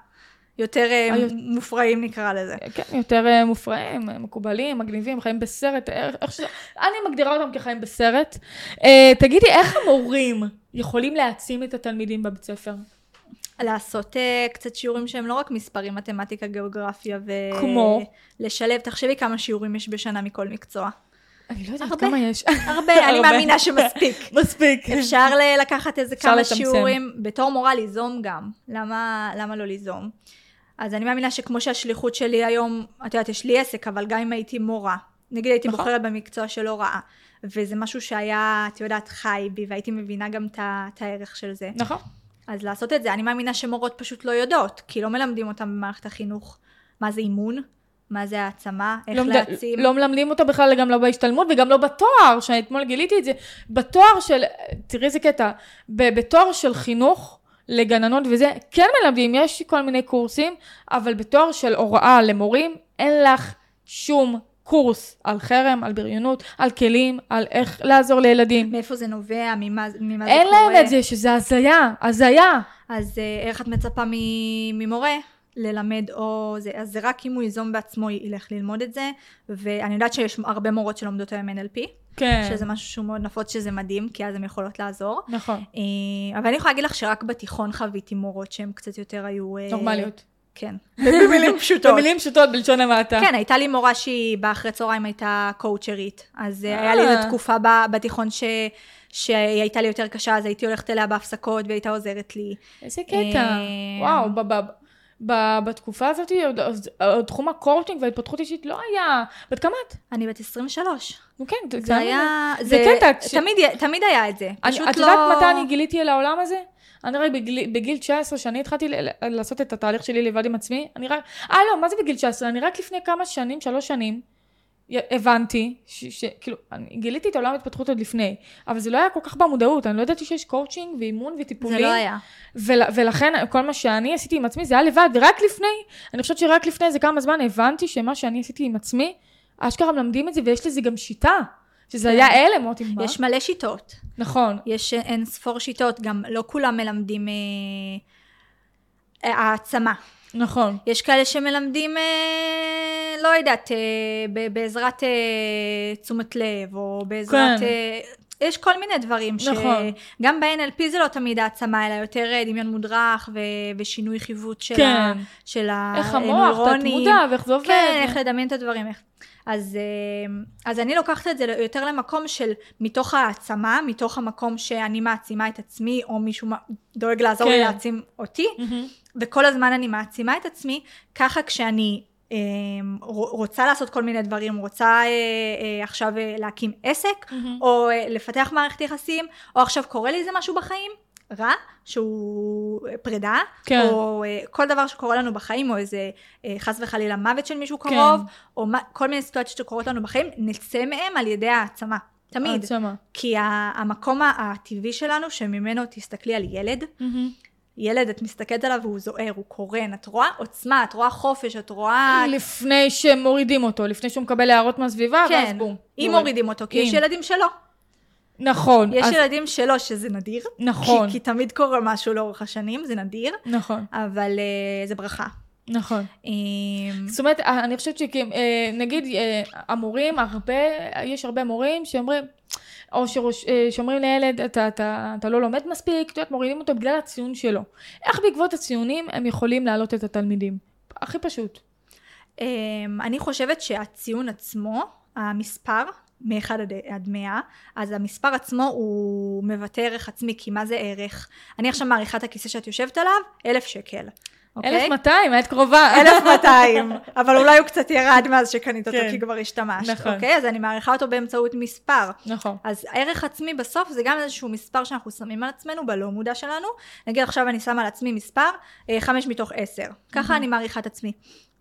יותר אה, היו- מופרעים נקרא לזה. כן, יותר אה, מופרעים, אה, מקובלים, מגניבים, חיים בסרט, אה, איך שזה... אני מגדירה אותם כחיים בסרט. אה, תגידי, איך המורים יכולים להעצים את התלמידים בבית ספר? לעשות אה, קצת שיעורים שהם לא רק מספרים, מתמטיקה, גיאוגרפיה ו... כמו? לשלב, תחשבי כמה שיעורים יש בשנה מכל מקצוע. אני לא יודעת הרבה. כמה יש. הרבה, אני הרבה. מאמינה שמספיק. מספיק. אפשר ל- לקחת איזה אפשר כמה לצמצם. שיעורים, בתור מורה ליזום גם. למה, למה לא ליזום? אז אני מאמינה שכמו שהשליחות שלי היום, את יודעת, יש לי עסק, אבל גם אם הייתי מורה, נגיד הייתי נכון. נכון. בוחרת במקצוע של הוראה, וזה משהו שהיה, את יודעת, חי בי, והייתי מבינה גם את ה- את הערך של זה. נכון. אז לעשות את זה, אני מאמינה שמורות פשוט לא יודעות, כי לא מלמדים אותן במערכת החינוך מה זה אימון, מה זה העצמה, איך לא, לא מד- להעצים. לא מלמדים אותה בכלל, גם לא בהשתלמות וגם לא בתואר, שאתמול גיליתי את זה, בתואר של, תראי איזה קטע, ב- בתואר של חינוך לגננות וזה, כן מלמדים, יש כל מיני קורסים, אבל בתואר של הוראה למורים, אין לך שום קורס על חרם, על בריונות, על כלים, על איך לעזור לילדים. מאיפה זה נובע, ממה, ממה זה אין קורה. להם את זה, שזה הזיה, הזיה. אז אה, איך את מצפה מ- ממורה? ללמד או זה, אז זה רק אם הוא ייזום בעצמו י- ילך ללמוד את זה, ואני יודעת שיש הרבה מורות שלומדות היום NLP, כן, שזה משהו שהוא מאוד נפוץ, שזה מדהים, כי אז הן יכולות לעזור. נכון, אה, אבל אני יכולה להגיד לך שרק בתיכון חוויתי מורות שהן קצת יותר היו... אה, נורמליות. כן. במילים פשוטות. במילים פשוטות בלשון המעטה. כן, הייתה לי מורה שהיא באחרי צהריים הייתה קואוצ'רית. אז אה, אה. היה לי איזו תקופה ב- בתיכון ש... שהיא הייתה לי יותר קשה, אז הייתי הולכת אליה בהפסקות והיא הייתה עוזרת לי. איזה קטע. אה, וואו, ב- ב- ב- בתקופה הזאת, עוד- עוד- עוד תחום הקורצ'ינג וההתפתחות אישית לא היה. בת כמה את? אני בת 23. נו כן, זה- זה היה... זה קטע, כש- תמיד, תמיד היה את זה. אני- פשוט את לא... יודעת מתי אני גיליתי על העולם הזה? אני רק בגיל, בגיל 19, שאני התחלתי ל- ל- לעשות את התהליך שלי לבד עם עצמי, אני רק... אה, לא, מה זה בגיל 19? אני רק לפני כמה שנים, שלוש שנים, י- הבנתי, ש- ש- כאילו, אני גיליתי את עולם ההתפתחות עוד לפני, אבל זה לא היה כל כך במודעות, אני לא ידעתי שיש קואוצ'ינג ואימון זה וטיפולים. לא היה. ול, ולכן כל מה שאני עשיתי עם עצמי זה היה לבד, ורק לפני, אני חושבת שרק לפני איזה כמה זמן הבנתי שמה שאני עשיתי עם עצמי, אשכרה מלמדים את זה ויש לזה גם שיטה, שזה כן. היה הלם, אותי מה. יש מלא שיטות. נכון, יש אין ספור שיטות, גם לא כולם מלמדים אה, אה, העצמה. נכון. יש כאלה שמלמדים, אה, לא יודעת, אה, ב- בעזרת אה, תשומת לב, או בעזרת... כן. אה, יש כל מיני דברים ש... נכון. גם ב-NLP זה לא תמיד העצמה, אלא יותר אה, דמיון מודרך ו- ושינוי חיווט של ה- כן. של הנוירונים. איך המוח, תת-מודע, ואיך זה עובד. כן, איך לדמיין את הדברים. איך... אז, אה, אז אני לוקחת את זה ל- יותר למקום של מתוך העצמה, מתוך המקום שאני מעצימה את עצמי, או מישהו מע- דואג לעזור לי כן. להעצים אותי, מהמם. וכל הזמן אני מעצימה את עצמי, ככה כשאני אה, רוצה לעשות כל מיני דברים, רוצה אה, אה, עכשיו אה, להקים עסק, מהמם. או אה, לפתח מערכת יחסים, או עכשיו קורה לי איזה משהו בחיים, רע, שהוא אה, פרידה, כן. או אה, כל דבר שקורה לנו בחיים, או איזה אה, חס וחלילה מוות של מישהו כן. קרוב, או מה, כל מיני סיטואציות שקורות לנו בחיים, נצא מהם על ידי העצמה. תמיד. העצמה. כי ה- המקום ה- הטבעי שלנו, שממנו תסתכלי על ילד, מהמם. ילד, את מסתכלת עליו והוא זוהר, הוא קורן, את רואה עוצמה, את רואה חופש, את רואה... לפני שמורידים אותו, לפני שהוא מקבל הערות מהסביבה, ואז כן, בום. אם יורד. מורידים אותו, כי אם. יש ילדים שלא. נכון, יש אז- ילדים שלא, שזה נדיר. נכון, כי, כי תמיד קורה משהו לאורך השנים, זה נדיר, נכון, אבל אה, זה ברכה. נכון. אה, זאת אומרת, אה, אני חושבת שנגיד המורים, הרבה, יש הרבה מורים שאומרים, או שראש- אה, שאומרים לילד, אתה, אתה, אתה לא לומד מספיק, את יודעת, מורידים אותו בגלל הציון שלו. איך בעקבות הציונים הם יכולים להעלות את התלמידים? הכי פשוט. אמ, אני חושבת שהציון עצמו, המספר, מ-1 עד, עד 100, אז המספר עצמו הוא מבטא ערך עצמי, כי מה זה ערך? אני עכשיו מעריכה את הכיסא שאת יושבת עליו, 1,000 שקל. אוקיי? 1,200, היית קרובה. 1,200, אבל אולי הוא קצת ירד מאז שקנית אותו, כן. כי כבר השתמשת. נכון. אוקיי? אז אני מעריכה אותו באמצעות מספר. נכון. אז ערך עצמי בסוף זה גם איזשהו מספר שאנחנו שמים על עצמנו בלא מודע שלנו. נגיד עכשיו אני שמה על עצמי מספר, אה, חמש מתוך עשר. ככה אני מעריכה את עצמי.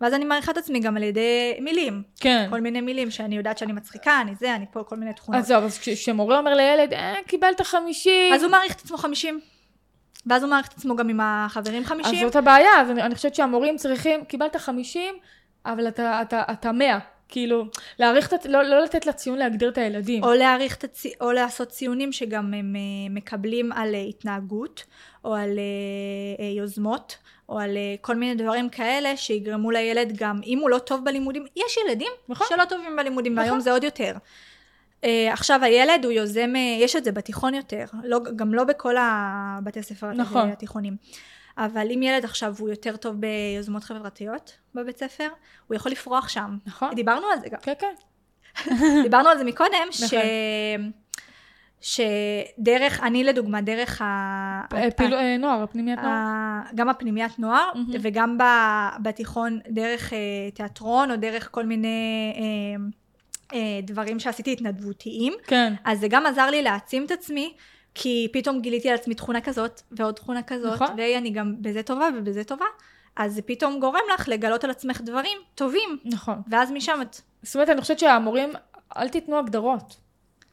ואז אני מעריכה את עצמי גם על ידי מילים. כן. כל מיני מילים שאני יודעת שאני מצחיקה, אני זה, אני פה, כל מיני תכונות. אז זהו, אז כש- כשמורה אומר לילד, אה, קיבלת 50. אז הוא מעריך את עצמו חמישים. ואז הוא מעריך את עצמו גם עם החברים אז חמישים. זאת הבעיה, אז אני, אני חושבת שהמורים צריכים, קיבלת 50, אבל אתה, אתה, אתה 100. כאילו, להעריך את, הת- לא, לא לתת לציון להגדיר את הילדים. או להעריך את הצי... או לעשות ציונים שגם הם אה, מקבלים על אה, התנהגות, או על אה, אה, יוזמות, או על אה, כל מיני דברים כאלה שיגרמו לילד גם, אם הוא לא טוב בלימודים, יש ילדים נכון. שלא טובים בלימודים, נכון. והיום זה עוד יותר. אה, עכשיו הילד הוא יוזם, אה, יש את זה בתיכון יותר, לא, גם לא בכל הבתי ספר הת- נכון. התיכונים. אבל אם ילד עכשיו הוא יותר טוב ביוזמות חברתיות בבית ספר, הוא יכול לפרוח שם. נכון. דיברנו על זה גם. כן, כן. דיברנו על זה מקודם, ש... נכון. שדרך, אני לדוגמה, דרך ה... אה, פעילו- אה, נוער, פנימיית נוער. ה... גם הפנימיית נוער, מהמם. וגם ב... בתיכון דרך אה, תיאטרון, או דרך כל מיני אה, אה, דברים שעשיתי התנדבותיים, כן. אז זה גם עזר לי להעצים את עצמי. כי פתאום גיליתי על עצמי תכונה כזאת, ועוד תכונה כזאת, נכון. ואני גם בזה טובה ובזה טובה, אז זה פתאום גורם לך לגלות על עצמך דברים טובים, נכון. ואז משם את... זאת אומרת, אני חושבת שהמורים, אל תיתנו הגדרות.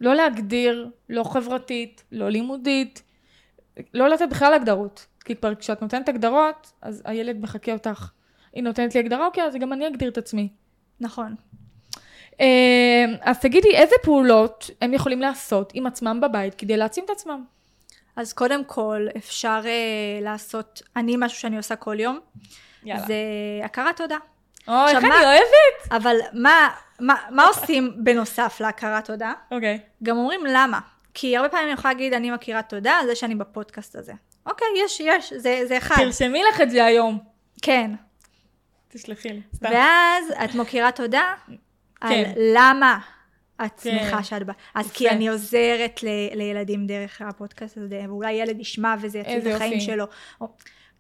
לא להגדיר, לא חברתית, לא לימודית, לא לתת בכלל הגדרות. כי כבר כשאת נותנת הגדרות, אז הילד מחקה אותך. היא נותנת לי הגדרה, אוקיי, אז גם אני אגדיר את עצמי. נכון. אה, אז תגידי, איזה פעולות הם יכולים לעשות עם עצמם בבית כדי להעצים את עצמם? אז קודם כל, אפשר uh, לעשות, אני משהו שאני עושה כל יום, יאללה. זה הכרת תודה. אוי, איך עכשיו, אני מה- אוהבת! אבל מה, מה, מה עושים בנוסף להכרת תודה? אוקיי. גם אומרים למה. כי הרבה פעמים אני יכולה להגיד, אני מכירה תודה על זה שאני בפודקאסט הזה. אוקיי, יש, יש, זה, זה אחד. תרשמי לך את זה היום. כן. תשלחי לי. סתם. ואז את מכירה תודה על כן. למה את כן. שמחה שאת באה. אז יפה. כי אני עוזרת ל- לילדים דרך הפודקאסט הזה, ואולי ילד ישמע וזה יציל את איזה החיים יופי. שלו. או-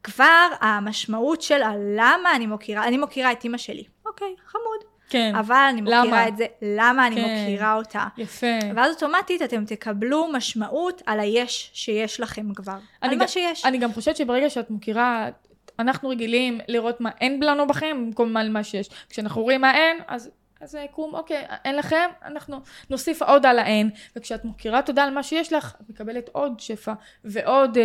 כבר המשמעות של הלמה אני מוקירה, אני מוקירה את אימא שלי. אוקיי, חמוד. כן. אבל אני למה? מוקירה את זה, למה אני כן. מוקירה אותה. יפה. ואז אוטומטית אתם תקבלו משמעות על היש שיש לכם כבר. אני על גם- מה שיש. אני גם חושבת שברגע שאת מכירה, אנחנו רגילים לראות מה אין לנו בכם במקום מה- מה שיש. כשאנחנו רואים מה אין, אז... אז זה יקום, אוקיי, אין לכם, אנחנו נוסיף עוד על האין, וכשאת מכירה תודה על מה שיש לך, את מקבלת עוד שפע, ועוד... אה,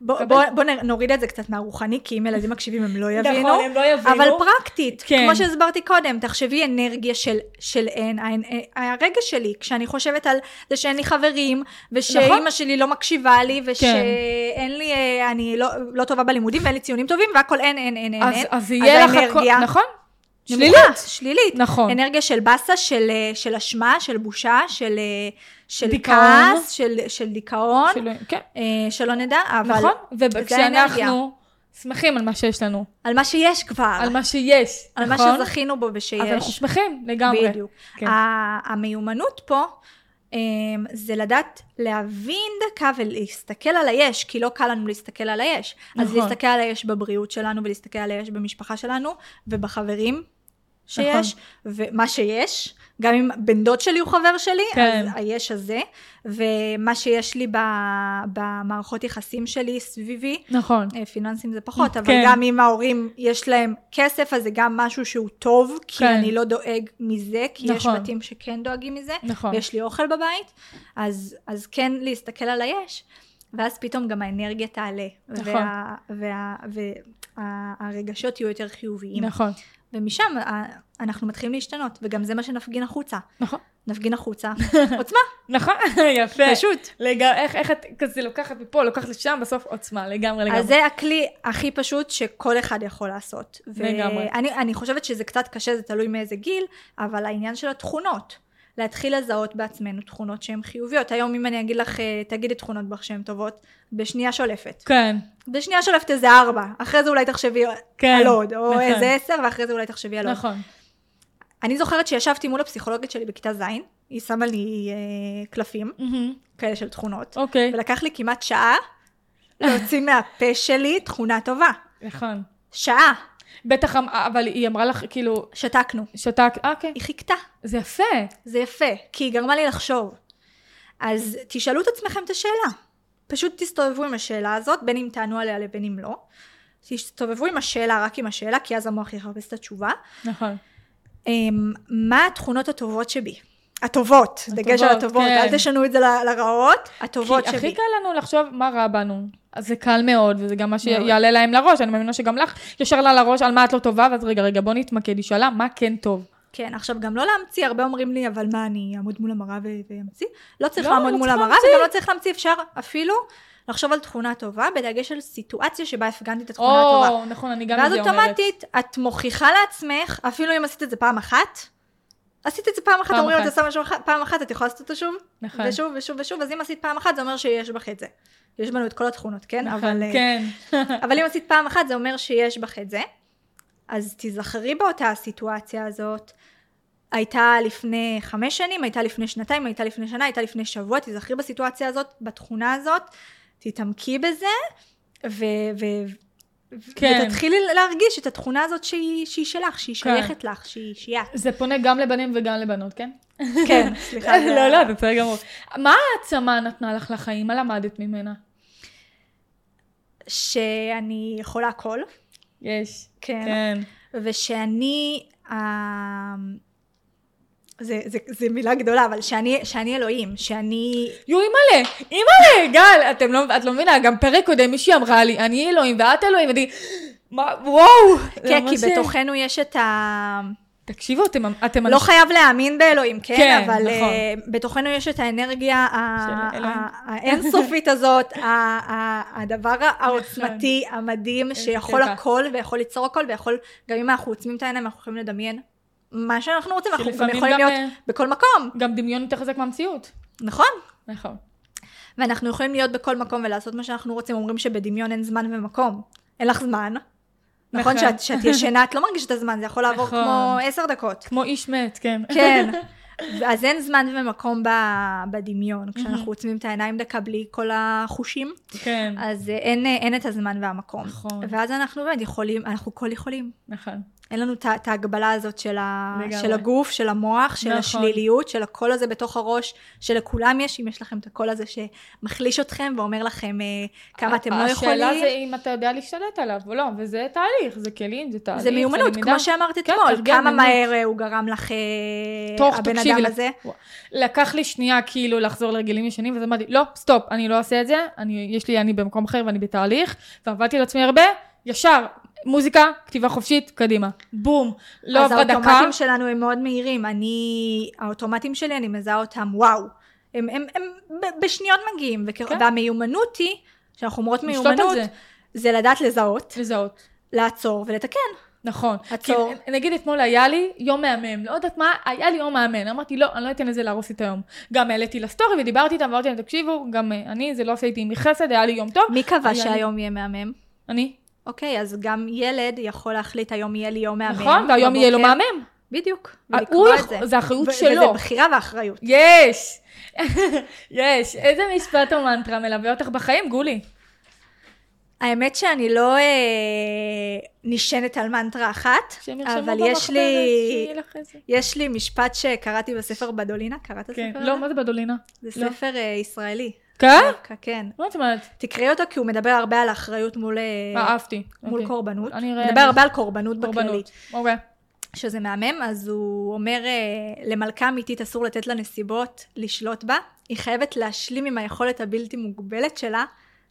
בואו קבל. בוא, בוא נ- נוריד את זה קצת מהרוחני, כי אם ילדים מקשיבים הם לא יבינו. נכון, הם לא יבינו. אבל פרקטית, כן. כן. כמו שהסברתי קודם, תחשבי אנרגיה של, של אין, האנ- אה, הרגע שלי, כשאני חושבת על זה שאין לי חברים, ושאימא נכון. כן. נכון. שלי לא מקשיבה לי, ושאין כן. לי, אה, אני לא, לא טובה בלימודים, ואין לי ציונים טובים, והכל אין, אין, אין, אין, אז, אין. אז יהיה אז לך... הכל- האנרגיה נכון? נמוכה, שלילית. שלילית. נכון. אנרגיה של באסה, של, אה, של אשמה, של בושה, של, אה, של דיכאון. כעס, של, של דיכאון, של... שלא- כן, שלא נדע, אבל נכון. האנרגיה. וכשאנחנו שמחים על מה שיש לנו, על מה שיש כבר, על מה שיש, על מה נכון? שזכינו בו ושיש. אז אנחנו שמחים לגמרי. בדיוק. כן. ה- המיומנות פה אמ, זה לדעת להבין דקה ולהסתכל על היש, כי לא קל לנו להסתכל על היש. אז נכון. להסתכל על היש בבריאות שלנו, ולהסתכל על היש במשפחה שלנו, ובחברים שיש, נכון. ומה שיש, גם אם בן דוד שלי הוא חבר שלי, כן. אז היש הזה, ומה שיש לי ב- במערכות יחסים שלי סביבי, נכון. אה, פיננסים זה פחות, אבל כן. גם אם ההורים יש להם כסף, אז זה גם משהו שהוא טוב, כי כן. אני לא דואג מזה, כי יש נכון. בתים שכן דואגים מזה, נכון. ויש לי אוכל בבית, אז, אז כן להסתכל על היש, ואז פתאום גם האנרגיה תעלה, נכון. והרגשות יהיו יותר חיוביים, נכון. ומשם ה- אנחנו מתחילים להשתנות, וגם זה מה שנפגין החוצה. נכון. נפגין החוצה, עוצמה, נכון, יפה. פשוט. לגמרי, איך, איך את כזה לוקחת מפה, לוקחת לשם, בסוף עוצמה, לגמרי, לגמרי. אז זה הכלי הכי פשוט שכל אחד יכול לעשות. לגמרי. ואני אני חושבת שזה קצת קשה, זה תלוי מאיזה גיל, אבל העניין של התכונות. להתחיל לזהות בעצמנו תכונות שהן חיוביות. היום אם אני אגיד לך, אה, תגידי תכונות בך שהן טובות, בשנייה שולפת. כן, בשנייה שולפת איזה ארבע, אחרי זה אולי תחשבי כן. על עוד, או נכון. איזה עשר, ואחרי זה אולי תחשבי על עוד. נכון. אני זוכרת שישבתי מול הפסיכולוגית שלי בכיתה ז', היא שמה לי אה, קלפים מהמם. כאלה של תכונות, אוקיי, ולקח לי כמעט שעה להוציא מהפה שלי תכונה טובה. נכון. שעה, בטח, אמ- אבל היא אמרה לך, כאילו, שתקנו. שתק, אה, כן. היא חיכתה, זה יפה. זה יפה, כי היא גרמה לי לחשוב. אז תשאלו את עצמכם את השאלה. פשוט תסתובבו עם השאלה הזאת, בין אם תענו עליה לבין אם לא. תסתובבו עם השאלה, רק עם השאלה, כי אז המוח יחפש את התשובה. נכון. אמ, מה התכונות הטובות שבי? הטובות, דגש על הטובות, כן. אל תשנו את זה ל- לרעות, הטובות כי הכי שבי. קל לנו לחשוב מה רע בנו. אז זה קל מאוד, וזה גם מה מאוד. שיעלה להם לראש. אני מאמינה שגם לך ישר לה לראש על מה את לא טובה, ואז רגע, רגע, בוא נתמקד, היא שאלה מה כן טוב. כן, עכשיו גם לא להמציא, הרבה אומרים לי, אבל מה, אני אעמוד מול המראה ו- ואמציא? לא צריך לא, לעמוד לא מול צריך המראה, להמציא. וגם לא צריך להמציא, אפשר אפילו לחשוב על תכונה טובה, בדגש על סיטואציה שבה הפגנתי את התכונה הטובה. או, נכון, אני גם את ואז זה אומרת. אוטומטית, את מוכיחה לעצמך, אפילו אם עשית את זה פעם אחת, עשית את זה פעם אחת, פעם אומרים, אחת. את עושה משהו אחת- פעם אחת, את יכולה לעשות אותו שוב, נכון. ושוב ושוב ושוב, אז אם עשית פעם אחת, זה אומר שיש בך את זה. יש בנו את כל התכונות, כן? נכון, אבל, אה, כן. אבל אם עשית פעם אחת, זה אומר שיש בך את זה. אז תיזכרי באותה הסיטואציה הזאת. הייתה לפני חמש שנים, הייתה לפני שנתיים, הייתה לפני שנה, הייתה לפני שבוע, תיזכרי בסיטואציה הזאת, בתכונה הזאת, תתעמקי בזה, ו... ו- ו- כן. ותתחילי להרגיש את התכונה הזאת שהיא, שהיא שלך, שהיא כן. שייכת לך, שהיא שהיא את. זה פונה גם לבנים וגם לבנות, כן? כן, סליחה. זה- לא, לא, זה בסדר גמור. מה העצמה נתנה לך לחיים? מה למדת ממנה? שאני יכולה הכל, יש. כן. כן. ושאני, אה, זה, זה, זה מילה גדולה, אבל שאני, שאני אלוהים, שאני, יו, אימא'לה, אימא'לה, גל, אתם לא, את לא מבינה, גם פרק קודם מישהי אמרה לי, אני אלוהים ואת אלוהים, ואני, מה, וואו. זה כן, כי ממש- בתוכנו יש את ה... תקשיבו, אתם, אתם לא חייב להאמין באלוהים, כן, כן, אבל נכון. אה, בתוכנו יש את האנרגיה ה- של אלוהים. ה- האינסופית הזאת, ה- ה- הדבר העוצמתי, נכון. המדהים, שיכול קטע. הכל ויכול ליצור הכל, ויכול, גם אם אנחנו עוצמים את העיניים, אנחנו יכולים לדמיין מה שאנחנו רוצים, אנחנו גם שלפעמים יכולים גם, להיות אה, בכל מקום, גם דמיון יותר חזק מהמציאות. נכון? נכון. ואנחנו יכולים להיות בכל מקום ולעשות מה שאנחנו רוצים, אומרים שבדמיון אין זמן ומקום. אין לך זמן. נכון, נכון. שאת- שאת ישנה, את לא מרגישת את הזמן, זה יכול לעבור נכון. כמו עשר דקות. כמו איש מת, כן. כן. אז אין זמן ומקום ב- בדמיון. כשאנחנו עוצמים את העיניים דקה בלי כל החושים, כן, אז אה, אין, אה, אין את הזמן והמקום. נכון. ואז אנחנו באמת יכולים, אנחנו כל יכולים. נכון. אין לנו את ה- את ההגבלה הזאת של, ה... לגמרי. של הגוף, של המוח, של נכון. השליליות, של הקול הזה בתוך הראש, שלכולם יש, אם יש לכם את הקול הזה שמחליש אתכם ואומר לכם אה, כמה אתם לא יכולים. השאלה זה אם אתה יודע להשתלט עליו או לא, וזה תהליך, זה כלים, זה תהליך, זה מיומנות, למידה. כמו שאמרת כן, אתמול, הרגל, כמה מיומנות. מהר אה, הוא גרם לך, אה, תוך, הבן תקשיבי, אדם לק- הזה. לקח לי שנייה כאילו לחזור לרגלים ישנים, ואז אמרתי, לא, סטופ, אני לא אעשה את זה, אני, יש לי, אני במקום אחר ואני בתהליך, ועבדתי על עצמי הרבה, ישר, מוזיקה, כתיבה חופשית, קדימה. בום, לא עברה אז דקה. האוטומטים שלנו הם מאוד מהירים. אני, האוטומטים שלי, אני מזהה אותם, וואו. הם, הם, הם ב- בשניות מגיעים, וכ... כן. והמיומנות היא, כשאנחנו אומרות לשלוט על מיומנות, זה. זה לדעת לזהות, לזהות. לעצור. לעצור ולתקן. נכון. עצור. כי, נגיד אתמול היה לי יום מהמם, לא יודעת מה, היה לי יום מהמם. אמרתי, לא, אני לא אתן לזה להרוס לי את היום. גם העליתי לסטורי ודיברתי איתם, ואמרתי להם, תקשיבו, גם אה, אני, זה לא עושה איתי מחסד, היה לי יום טוב. מי קבע היה לי- שהיום יהיה מהמם? אני. אוקיי, אז גם ילד יכול להחליט, היום יהיה לי יום מהמם. נכון, והיום יהיה לו בבוקר. מהמם. אה, בדיוק. הוא ולקבוע את יכול- זה. זה האחריות ו- שלו. וזה בחירה ואחריות. יש! יש! איזה משפט או מנטרה מלווה אותך בחיים, גולי? האמת שאני לא אה, נשענת על מנטרה אחת, שהם ירשמו אבל במחברת, יש לי... שיהיה לך איזה. יש לי משפט שקראתי בספר בדולינה, קראת כן, ספר? לא, מה זה בדולינה? זה לא. ספר אה, ישראלי. כן? דווקא, כן. מה את אומרת? תקראי אותו כי הוא מדבר הרבה על אחריות מול, אה, מה, אהבתי. מול אוקיי. קורבנות. אני אראה- מדבר הרבה על קורבנות בכללי. קורבנות. אוקיי. שזה מהמם, אז הוא אומר, אה, למלכה אמיתית אסור לתת לה נסיבות לשלוט בה, היא חייבת להשלים עם היכולת הבלתי מוגבלת שלה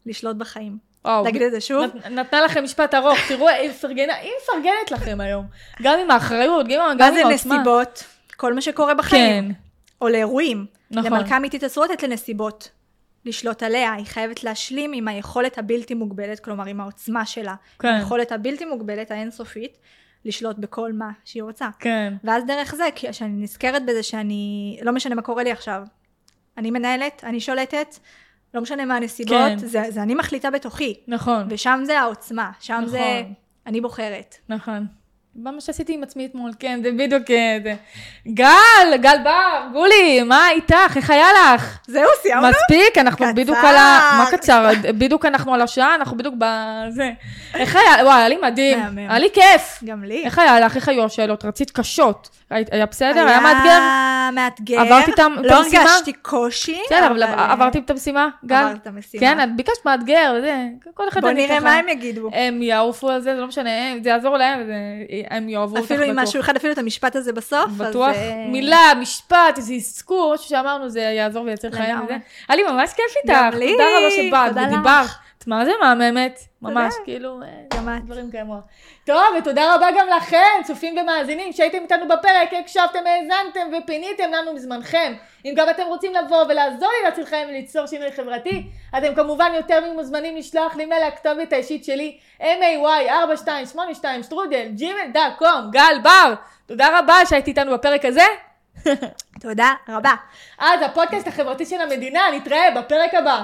לשלוט בחיים. וואו. נגיד את זה שוב. נת- נתנה לכם משפט ארוך, תראו, היא מפרגנה, היא מפרגנת לכם היום. גם עם האחריות, גם עם גם מה עם זה העוצמה. נסיבות? כל מה שקורה בחיים. כן. או לאירועים. נכון. נכון. למלכה אמיתית אסור לתת לנסיבות לשלוט עליה, היא חייבת להשלים עם היכולת הבלתי מוגבלת, כלומר עם העוצמה שלה. כן. כן. היכולת הבלתי מוגבלת, האינסופית, לשלוט בכל מה שהיא רוצה. כן. ואז דרך זה, כי- כשאני נזכרת בזה שאני, לא משנה מה קורה לי עכשיו, אני מנהלת, אני שולטת, לא משנה מה הנסיבות, כן. כן. זה, זה אני מחליטה בתוכי. נכון. ושם זה העוצמה, שם נכון. זה אני בוחרת. נכון. מה שעשיתי עם עצמי אתמול, כן, זה בדיוק אה, זה. גל, גל בר, גולי, מה איתך? איך היה לך? זהו, סיימנו? מספיק, אנחנו קצר. בדיוק על ה... מה קצר? בדיוק אנחנו על השעה, אנחנו בדיוק בזה. איך היה? וואי, היה לי מדהים. מהמם. היה לי כיף. גם לי. איך היה לך? איך היו השאלות? רצית קשות. היית- היה בסדר? היה מאתגר? היה מאתגר. עברת איתם את לא המשימה? הרגשתי קושי. בסדר, אבל אה, עברתי את המשימה, גל? עברת את המשימה. כן, את ביקשת מאתגר, וזה, כל אחד... בוא אני נראה ככה- מה הם יגידו. הם יעופו על זה, זה לא משנה, הם- זה יעזור להם, זה- הם יאהבו אותך אפילו אם בטוח. משהו אחד, אפילו את המשפט הזה בסוף. אז, בטוח, אה, מילה, משפט, איזה אזכור, משהו שאמרנו, זה יעזור וייצר חיים לגמרי. וזה. היה לי ממש כיף גם איתך, לי, תודה רבה שבאת תודה לך. ודיברת. את את מה זה מהממת? ממש, כאילו, אה, דברים כאלה. טוב, ותודה רבה גם לכם, צופים ומאזינים, שהייתם איתנו בפרק, הקשבתם, האזנתם ופיניתם לנו מזמנכם. אם גם אתם רוצים לבוא ולעזור לי להציל חיים וליצור שינוי חברתי, אתם כמובן יותר ממוזמנים לשלוח לי מייל לכתובת האישית שלי, may4282-strudel@gmail.com, גל בר, תודה רבה שהיית איתנו בפרק הזה. תודה רבה. אז הפודקאסט החברתי של המדינה, נתראה בפרק הבא.